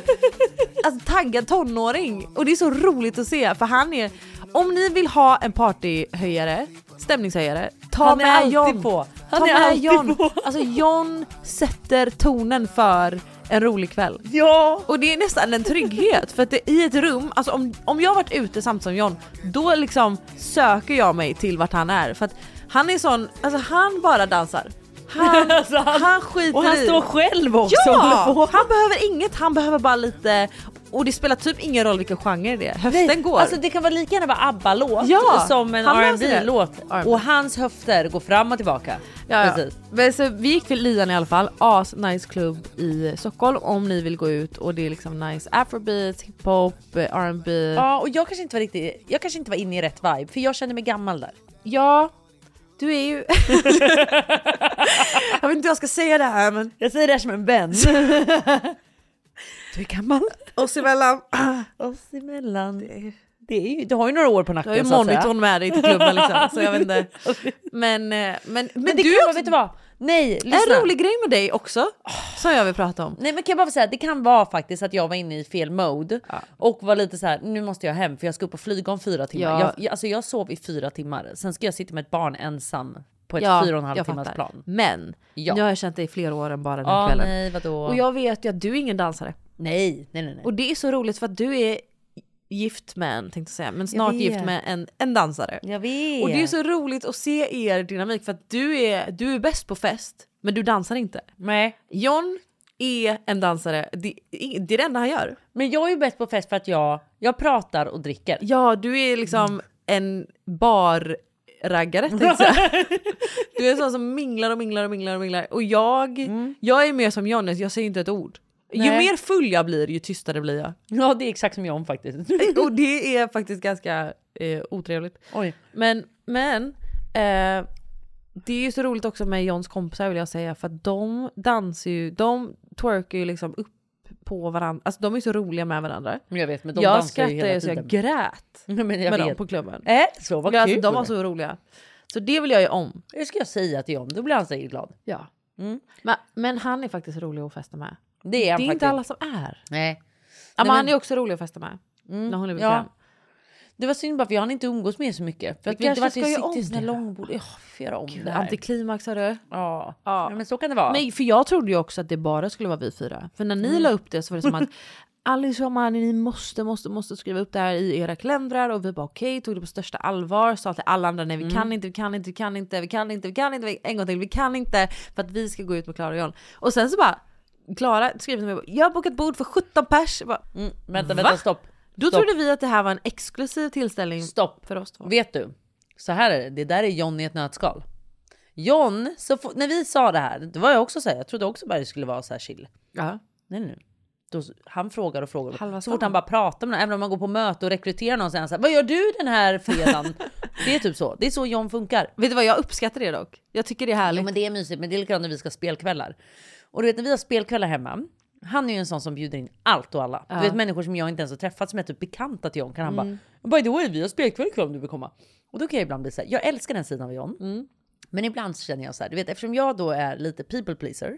alltså, taggad tonåring. Och det är så roligt att se för han är, om ni vill ha en partyhöjare, stämningshöjare, ta Han är med alltid John. på. Han ta är med alltid John. på. Alltså John sätter tonen för en rolig kväll. Ja! Och det är nästan en trygghet för att det, i ett rum, alltså om, om jag varit ute samtidigt som John, då liksom söker jag mig till vart han är. För att han är sån, alltså han bara dansar. Han, Alltså, han- han skiter Och han i. står själv också och håller på. Ja! Han behöver inget, han behöver bara lite, och det spelar typ ingen roll vilken genre det är, höften Nej, går. Alltså det kan vara lika gärna bara ABBA-låt Ja, som en han löser det. rb låt R&B. Och hans höfter går fram och tillbaka. Ja, ja. Precis. Men så vi gick till Lian i alla fall, as nice klubb i Stockholm om ni vill gå ut och det är liksom nice afrobeat, hiphop, eh, R&B. Ja, och jag kanske inte var riktigt, jag kanske inte var inne i rätt vibe för jag kände mig gammal där. Ja, du är ju... jag vet inte hur jag ska säga det här men... Jag säger det här som en vän. du är gammal. Oss emellan. Oss emellan. Det är ju, du har ju några år på Du nacken har ju så att säga. monitorn med dig till klubben liksom, så jag vet inte. Men, eh, men, men, Men det du... du, kan vara, vet du vad? Nej, lyssna. Ah. En rolig grej med dig också, som jag vill prata om. Nej men kan jag bara få säga, det kan vara faktiskt att jag var inne i fel mode och var lite så här: nu måste jag hem för jag ska upp och flyga om fyra timmar. Ja. Jag, jag, alltså jag sov i fyra timmar, sen ska jag sitta med ett barn ensam på ett Ja, fyra och en halv jag timmars fattar. plan. Men Ja. nu har jag känt dig i flera år än bara den här Ja, kvällen. nej vadå. Och jag vet ju att du är ingen dansare. Nej, nej, nej. nej. Och det är så roligt för att du är gift med en, tänkte jag säga, men Jag snart vet. gift med en, en dansare. Jag vet. Och det är så roligt att se er dynamik för att du är, du är bäst på fest men du dansar inte. Nej. John är en dansare, det, det är det enda han gör. Men jag är ju bäst på fest för att jag, jag pratar och dricker. Ja, du är liksom en barraggare tänkte jag säga. Du är en sån som minglar och minglar och minglar och minglar. Och jag, jag är mer som Jonas, jag säger inte ett ord. Ju Mm. Nej. mer full jag blir ju tystare blir jag. Ja det är exakt som jag faktiskt. Och det är faktiskt ganska eh, otrevligt. Oj. Men, men eh, det är ju så roligt också med Johns kompisar vill jag säga för att de dansar ju, de twerkar ju liksom upp på varandra, alltså de är så roliga med varandra. Men jag vet men de jag dansar ju skrattade hela så jag tiden. grät Nej, men med jag dem vet. på klubben. Äh, så vad Ja, alltså, kul. de var så roliga. Så det vill jag ju om. Hur ska jag säga till John? Då blir han säkert glad. Ja. Mm. Men, men han är faktiskt rolig att festa med. Det är Det han är faktiskt. inte alla som är. Nej. Ja, men men- han är också rolig att festa med. Mm. När hon är Ja. bekväm. Det var synd bara för jag hann inte umgås med er så mycket. För att Vi vi inte varit kanske i ska göra city om såna det. långbord. Ja, vi får göra om det här. Antiklimax hörru. Ja. Ja. ja Mm. men så kan det vara. Nej, för jag trodde ju också att det bara skulle vara vi fyra. För när ni la upp det så var det som att Alice och Amani, ni måste, måste, måste skriva upp det här i era kalendrar. Och vi bara okej, tog det på största allvar. Sa till alla andra nej vi Mm. kan inte, vi kan inte, vi kan inte, vi kan inte, vi kan inte, vi- en gång till, vi kan inte. För att vi ska gå ut med Klara och John. Och sen så bara, Klara skrev till mig bara, jag har bokat bord för 17 pers. Jag bara, Mm, vänta vänta Va? stopp. Då Stopp. trodde vi att det här var en exklusiv tillställning Stopp. för oss två. Vet du? Så här är det. Det där är John i ett nötskal. John, så få- när vi sa det här, det var jag också så här, jag trodde också bara det skulle vara så här chill. Ja. Nej, nej. Då, han frågar och frågar. Halva så fort stan. han bara pratar med någon, även om man går på möte och rekryterar någon så är han så här, vad gör du den här fredagen? det är typ så. Det är så John funkar. Vet du vad, jag uppskattar det dock. Jag tycker det är härligt. Ja, men det är mysigt, men det är likadant när vi ska ha spelkvällar. Och du vet när vi har spelkvällar hemma, han är ju en sån som bjuder in allt och alla. Du vet människor som jag inte ens har träffat som är typ bekanta till John kan han Mm. bara “By the way, vi har spelkväll ikväll om du vill komma”. Och då kan jag ibland bli såhär, jag älskar den sidan av John. Mm. Men ibland så känner jag så här, du vet eftersom jag då är lite people pleaser.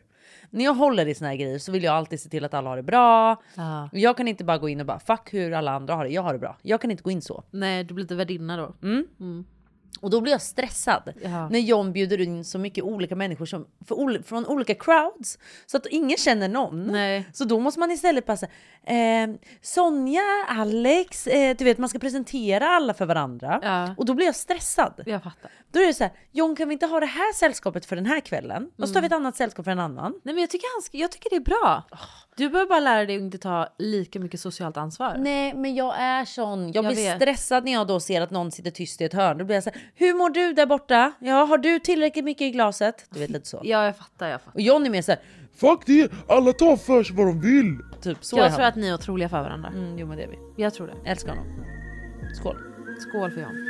När jag håller i såna här grejer så vill jag alltid se till att alla har det bra. Ja. Jag kan inte bara gå in och bara fuck hur alla andra har det, jag har det bra. Jag kan inte gå in så. Nej, du blir lite värdinna då. Mm. Och då blir jag stressad Ja. när John bjuder in så mycket olika människor som, för, ol- från olika crowds så att ingen känner någon. Nej. Så då måste man istället passa. Eh, Sonja, Alex, eh, du vet man ska presentera alla för varandra. Ja. Och då blir jag stressad. Jag fattar. Då är det så här, John kan vi inte ha det här sällskapet för den här kvällen? Och så tar vi ett annat sällskap för en annan. Nej men jag tycker, han ska, jag tycker det är bra. Du behöver bara lära dig att inte ta lika mycket socialt ansvar. Nej men jag är sån. Jag, Jag blir vet. stressad när jag då ser att någon sitter tyst i ett hörn. Då blir jag så här, hur mår du där borta? Ja, har du tillräckligt mycket i glaset? Du vet lite så. Ja jag fattar, jag fattar. Och John är mer såhär, Fuck det, alla tar för sig vad de vill. typ så är Jag han. tror att ni är otroliga för varandra. Mm, jo men det är vi. Jag tror det. Älskar honom. Skål. Skål för John.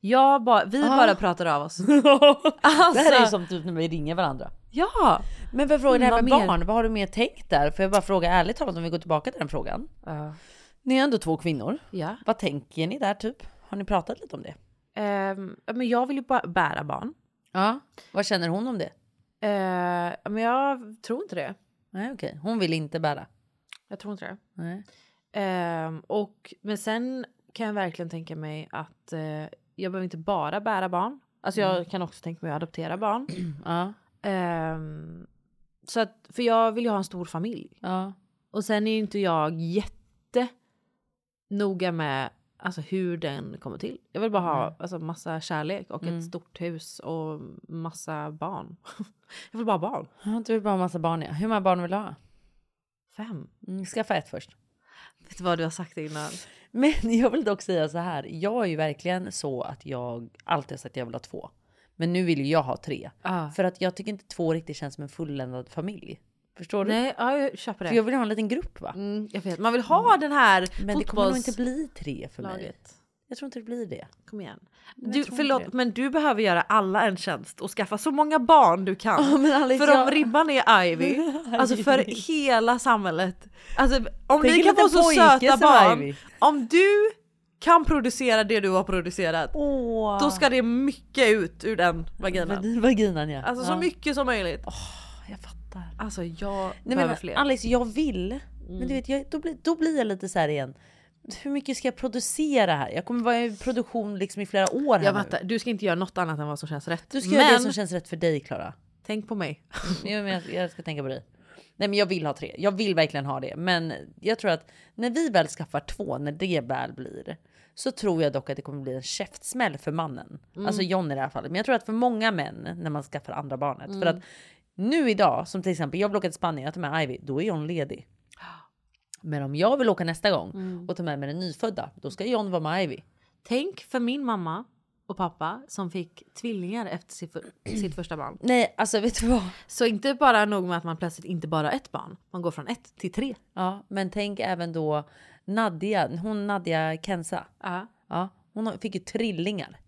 Jag bara, vi Ah. bara pratar av oss. Alltså, Det här är ju som typ när vi ringer varandra. Ja! Men för fråga det här Mm, med vad mer? barn, vad har du mer tänkt där? För jag bara fråga ärligt talat om vi går tillbaka till den frågan. Ni är ändå två kvinnor. Ja. Vad tänker ni där typ? Har ni pratat lite om det? Ehm, men jag vill ju bara bära barn. Ja. Vad känner hon om det? Eh, men jag tror inte det. Nej okej, hon vill inte bära. Jag tror inte det. Nej. Ehm, och, men sen kan jag verkligen tänka mig att eh, jag behöver inte bara bära barn. Alltså jag Mm. kan också tänka mig att adoptera barn. ja. Ehm, så att, för jag vill ju ha en stor familj. Ja. Och sen är ju inte jag jätte noga med alltså, hur den kommer till. Jag vill bara ha Mm. alltså, massa kärlek och ett stort hus och massa barn. jag vill bara ha barn. Ja, Du vill bara ha massa barn ja. Hur många barn vill du ha? Fem. Mm, skaffa ett först. Vet du vad du har sagt innan? Men jag vill dock säga så här. Jag är ju verkligen så att jag alltid har sagt att jag vill ha två. Men nu vill ju jag ha tre. Ah. För att jag tycker inte två riktigt känns som en fulländad familj. Förstår du? Nej, ja, jag köper det. För jag vill ha en liten grupp va? Mm, jag vet, man vill ha den här Men det kommer nog inte bli tre för mig. fotbollslaget. Jag tror inte det blir det. Kom igen. jag Du, tror förlåt, inte det. men du behöver göra alla en tjänst och skaffa så många barn du kan. Ja, men Alex, för om jag- ribban är Ivy, alltså för hela samhället. Alltså, Tänk om vi en kan få liten så pojke söta som barn, Ivy. om du kan producera det du har producerat, då ska det mycket ut ur den vaginan. Vaginan ja. Alltså så ja. mycket som möjligt. Jag fattar. Alltså jag Nej, behöver men, fler. Mm. Alex, jag vill. Men du vet, jag, då, blir, då blir jag lite så här igen. Hur mycket ska jag producera här? Jag kommer vara i produktion liksom i flera år här jag nu. fattar, du ska inte göra något annat än vad som känns rätt. Du ska göra det som känns rätt för dig Klara. tänk på mig. Jag, men jag, jag ska tänka på dig. Nej men jag vill ha tre. Jag vill verkligen ha det. Men jag tror att när vi väl skaffar två, när det väl blir. Så tror jag dock att det kommer bli en käftsmäll för mannen. Mm. Alltså John i det här fallet. Men jag tror att för många män när man skaffar andra barnet. Mm. För att nu idag, som till exempel jag vill åka till Spanien, jag tar med Ivy, då är John ledig. Men om jag vill åka nästa gång och ta med mig den nyfödda, då ska John vara med Ivy. Tänk för min mamma och pappa som fick tvillingar efter sitt, sitt första barn. Nej, alltså vet du vad? Så inte bara nog med att man plötsligt inte bara har ett barn, man går från ett till tre. Ja, men tänk även då Nadia, hon Nadia Kensa. Ja. Ja, hon har- fick ju trillingar.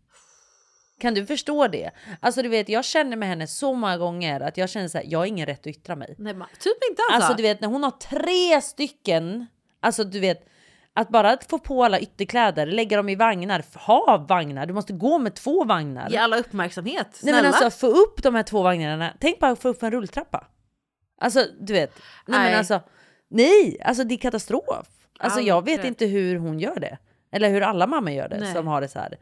Kan du förstå det? Alltså du vet, jag känner med henne så många gånger att jag känner så här, jag har ingen rätt att yttra mig. Nej, ma- typ inte alltså. Alltså du vet när hon har tre stycken, alltså du vet att bara att få på alla ytterkläder, lägga dem i vagnar, ha vagnar, du måste gå med två vagnar. Ge alla uppmärksamhet, Nej snälla. men alltså få upp de här två vagnarna, tänk bara få upp en rulltrappa. Alltså du vet, nej, Nej. men alltså nej, alltså det är katastrof. Alltså jag vet Aldrig. inte hur hon gör det. Eller hur alla mammor gör det Nej. som har det så här.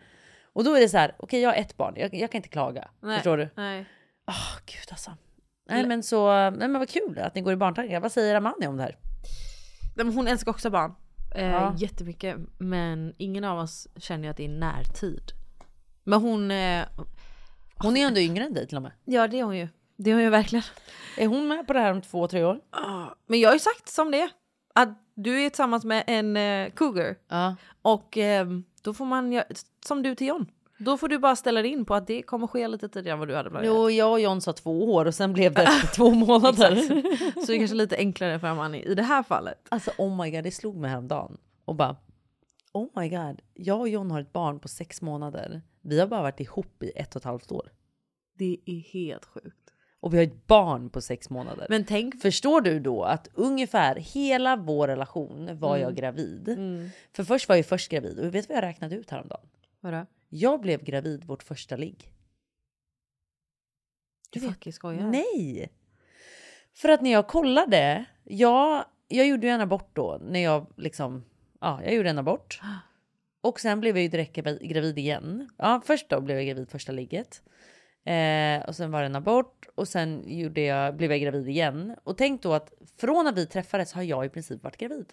Och då är det så här, okej jag har ett barn, jag, jag kan inte klaga. Nej, Förstår du? Nej. Åh gud alltså. Nej men så, nej men vad kul att ni går i barntankar. Vad säger Amanda om det här? Nej, men hon älskar också barn. Eh, Ja. Jättemycket. Men ingen av oss känner ju att det är närtid. Men hon... Eh, Hon är ju ändå yngre än dig till och med. Alltså, ja det är hon ju. Det är hon ju verkligen. Är hon med på det här om två, tre år? Ah, Men jag har ju sagt som det är, Att du är tillsammans med en eh, cougar. Ja. Och ehm, då får man, gö- som du till John. Då får du bara ställa dig in på att det kommer ske lite tidigare än vad du hade planerat. Jo, jag och John sa två år och sen blev det efter två månader. Så det är kanske lite enklare för Amani i det här fallet. Alltså oh my god, det slog mig häromdagen. Och bara, oh my god, jag och John har ett barn på sex månader. Vi har bara varit ihop i ett och ett halvt år. Det är helt sjukt. Och vi har ett barn på sex månader. Men tänk, Förstår du då att ungefär hela vår relation var Mm. jag gravid. Mm. För först var jag först gravid och vet du vad jag räknade ut häromdagen? vadå? Jag blev gravid vårt första ligg. Du fucking skojar. Nej! För att när jag kollade, jag, jag gjorde ju en abort då när jag liksom, ja jag gjorde en abort. Och sen blev jag ju direkt gravi- gravid igen. Ja först då blev jag gravid första ligget. Eh, och sen var det en abort och sen gjorde jag, blev jag gravid igen. Och tänk då att från att vi träffades har jag i princip varit gravid.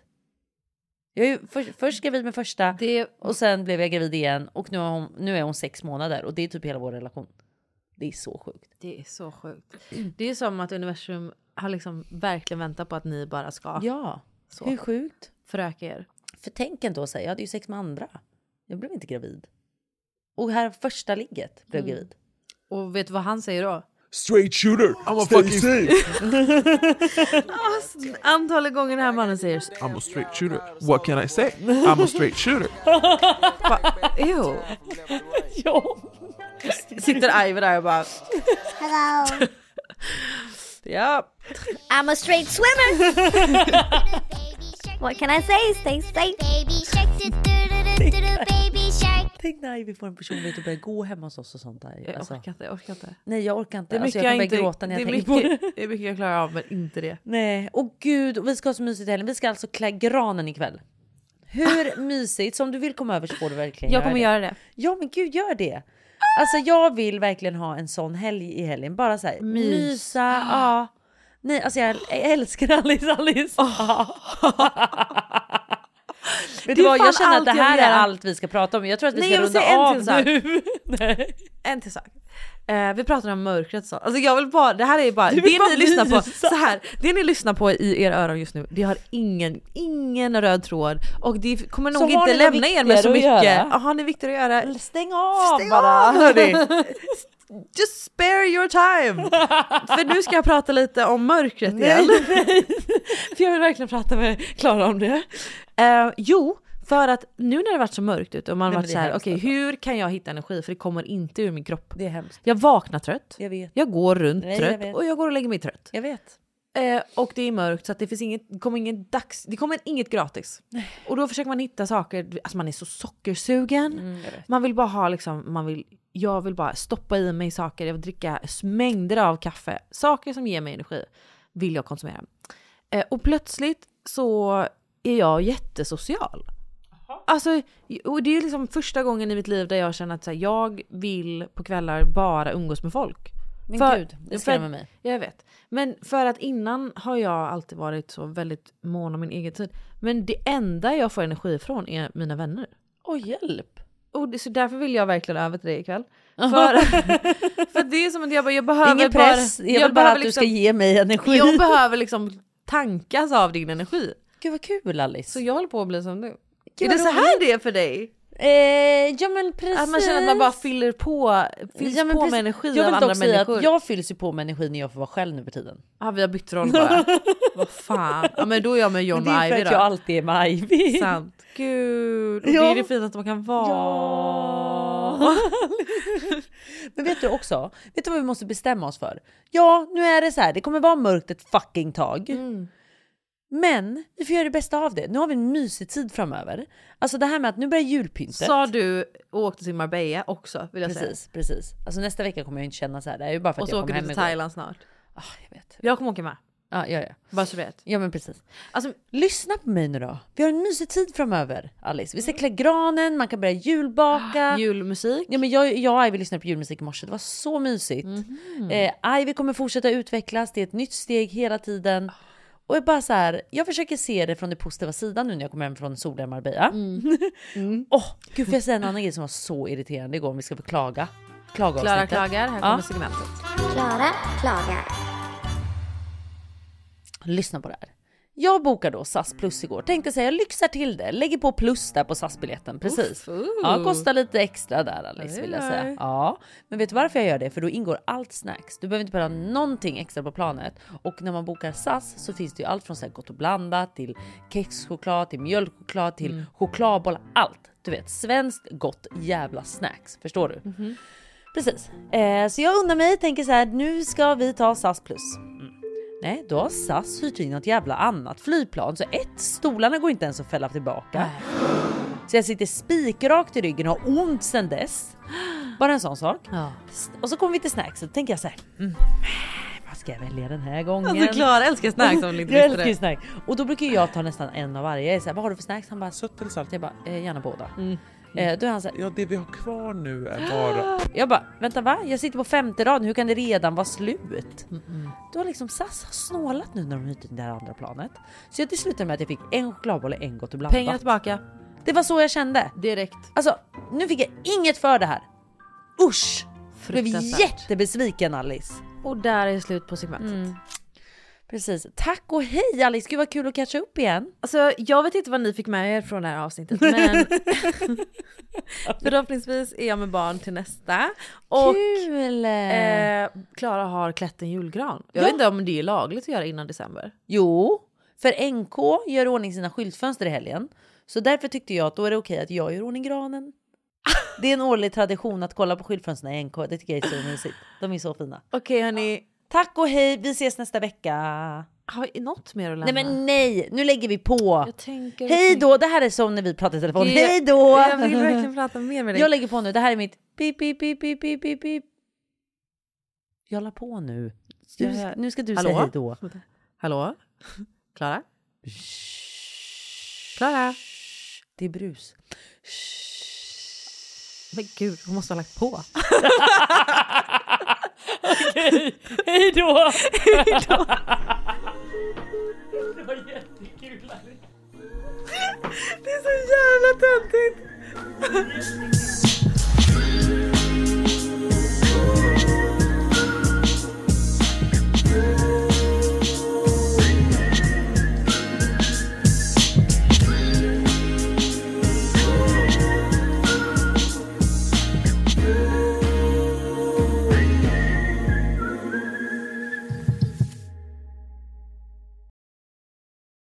Jag är ju för, först gravid med första Det, och sen blev jag gravid igen och nu, har hon, nu är hon sex månader och det är typ hela vår relation. Det är så sjukt. det är så sjukt. Det är som att universum har liksom verkligen väntat på att ni bara ska Ja, Så. hur sjukt? föröka er. För tänk ändå så här, jag hade ju sex med andra. Jag blev inte gravid. Och här första ligget blev gravid. Och vet du vad han säger då? Straight shooter! I'm a Stay fucking safe! Alltså, Antalet gånger den här mannen säger så. I'm a straight shooter. What can I say? I'm a straight shooter. Va, ew. ja. Sitter Ivor där och bara Hello. ja. I'm a straight swimmer. what can I say? Stay safe. Baby shark, do do do do baby shark. Tänk när vi får en personlighet och börjar gå hemma hos oss och sånt där. Jag Alltså. orkar inte, jag orkar inte. Nej jag orkar inte. Det är mycket alltså, jag jag, kan börja inte... gråta när jag det, är tänker på det. mycket, det är mycket jag klarar av men inte det. Nej, och gud, och vi ska ha så mysigt i helgen. Vi ska alltså klä granen ikväll. Hur mysigt? Så om du vill komma över så får du verkligen Jag kommer göra det. Ja men gud, gör det. Alltså jag vill verkligen ha en sån helg i helgen. Bara så här, Mys. mysa, ja. Nej, alltså jag älskar Alice, Alice. Vet du Det är vad, fan jag känner att det allt jag här vill är göra. allt vi ska prata om. Jag tror att vi Nej, ska jag vill runda säga en av till sak. nu. En till sak. Eh, vi pratar om mörkret så. Alltså jag vill bara, det här är bara, Du det vill ni bara lyssnar på, mysa. så här, det ni lyssnar på i era öron just nu, det har ingen, ingen röd tråd och det kommer Så nog har inte ni något lämna er med så viktigare att mycket. göra? Ja, har ni viktigare att göra? Stäng av Stäng bara. av, hörni. Just spare your time! För nu ska jag prata lite om mörkret igen. för jag vill verkligen prata med Klara om det. Eh, jo, för att nu när det har varit så mörkt ute och man Nej, men har varit det är så här, hemskt okej alltså. hur kan jag hitta energi för det kommer inte ur min kropp. Det är hemskt. Jag vaknar trött, Jag vet. jag går runt Nej, jag trött vet. och jag går och lägger mig trött. Jag vet. Eh, och det är mörkt så att det, finns inget, det kommer inget dags, det kommer inget gratis. Och då försöker man hitta saker, alltså man är så sockersugen. Man vill bara ha liksom, man vill, jag vill bara stoppa i mig saker, jag vill dricka s- mängder av kaffe. Saker som ger mig energi vill jag konsumera. Eh, och plötsligt så är jag jättesocial. Alltså, och det är liksom första gången i mitt liv där jag känner att så här, jag vill på kvällar bara umgås med folk. Men gud, det för- skrämmer mig. Jag vet. Men för att innan har jag alltid varit så väldigt mån om min egen tid. Men det enda jag får energi ifrån är mina vänner. Åh hjälp. Och det, så därför vill jag verkligen över till dig ikväll. För, för det är som att jag, bara, jag behöver Ingen press, bara... jag, vill bara behöver liksom att du ska ge mig energi. Jag behöver liksom tankas av din energi. Gud vad kul Alice. Så jag håller på att bli som du. Gud, är det vad så här det är för dig? Eh, ja men precis. Att man känner att man bara fyller på, fylls Ja, men på med precis. energi jag av vill andra dock säga människor. att jag fylls ju på med energi när jag får vara själv nu för tiden. Ja, vi har bytt roll bara. Vad fan. Ja, men då är jag med Men John det är och för Ivy att då. jag alltid är med Ivy. Sant. Gud. Och det Ja. är det finaste man kan vara. Men vet du också, vet du vad vi måste bestämma oss för? Ja, nu är det så här, det kommer vara mörkt ett fucking tag. Mm. Men vi får göra det bästa av det. Nu har vi en mysig tid framöver. Alltså det här med att nu börjar julpyntet. Sa du och åkte till Marbella också vill jag säga. Precis, precis. Alltså nästa vecka kommer jag inte känna så här. Det är ju bara för Och att så jag åker kom du hem till igår. Thailand snart. Ah, jag vet. Jag kommer åka med. Ja, ja, ja. Bara så du vet. Ja men precis. Alltså, Lyssna på mig nu då. Vi har en mysig tid framöver Alice. Vi ska Mm. klä granen, man kan börja Ah, julbaka. julmusik. Ja, men jag, jag och Ivy lyssnade på julmusik i morse, det var så mysigt. Mhm. Eh, Ivy kommer fortsätta utvecklas, det är ett nytt steg hela tiden. Och jag bara så här, jag försöker se det från den positiva sidan nu när jag kommer hem från soliga Marbella. Åh, Mm. gud får jag säga en annan grej som var så irriterande igår om vi ska få klaga? Klaga Klara klagar, här Ja. kommer segmentet. Klara klagar. Lyssna på det här. Jag bokade då SAS plus igår. Tänkte säga jag lyxar till det. Lägger på plus där på SAS-biljetten. Precis. Uff, oh. Ja, kostar lite extra där Alice vill jag säga. uh. Ja, men vet du varför jag gör det? För då ingår allt snacks. Du behöver inte behöva någonting extra på planet. Och när man bokar SAS så finns det ju allt från så här gott och blandat till kexchoklad, till mjölkchoklad, till chokladbollar. Allt. Du vet, svenskt gott jävla snacks. Förstår du? Precis. Eh, så jag undrar mig, tänker så här, nu ska vi ta SAS plus. Nej, då har SAS hyrt in något jävla annat flygplan så ett, stolarna går inte ens att fälla tillbaka. Så jag sitter spikrakt i ryggen och har ont sen dess. Bara en sån sak. Ja. Och så kommer vi till snacks och då tänker jag så här. Mm, vad ska jag välja den här gången? Alltså Klara älskar snacks om ni inte jag visste älskar ju det. snacks. Och då brukar ju jag ta nästan en av varje. Jag är så här, vad har du för snacks? Han bara sött eller salt? Jag bara eh, gärna båda. Eh, då är han så här, Ja, det vi har kvar nu är bara... jag bara vänta va? Jag sitter på femte raden, hur kan det redan vara slut? Då har liksom SAS har snålat nu när de hyrt in det här andra planet. Så jag till slut med att jag fick en chokladboll och en gott och blandat. Pengarna tillbaka, Det var så jag kände. direkt. Alltså nu fick jag inget för det här. Usch! Blev Fruktansvärt. jättebesviken Alice. Mm. Och där är slut på segmentet. Precis. Tack och hej Alice, gud vad kul att catcha upp igen. Alltså jag vet inte vad ni fick med er från det här avsnittet men förhoppningsvis är jag med barn till nästa. Och Kul! eh, Klara har klätt en julgran. Jag vet inte om det är lagligt att göra innan december. Jo, för NK gör i ordning sina skyltfönster i helgen. Så därför tyckte jag att då är det okej att jag gör i ordning granen. Det är en årlig tradition att kolla på skyltfönstren i NK. Det tycker jag är så mysigt. De är så fina. Okej hörni. Tack och hej, vi ses nästa vecka. Har vi något mer att lämna? Nej men nej, nu lägger vi på. tänker- Hej då, det här är som när vi pratar i telefon. Jag- Hej då! Jag vill verkligen prata mer med dig. Jag lägger på nu, det här är mitt pip pip pip pip pip pip pip. Jag la på nu. Du, Ja, ja. nu ska du Hallå? säga hej då. Hallå? Klara? Klara? Det är brus. Men gud, hon måste ha lagt på. Okej, hej då! Det var jättekul. Det är så jävla töntigt!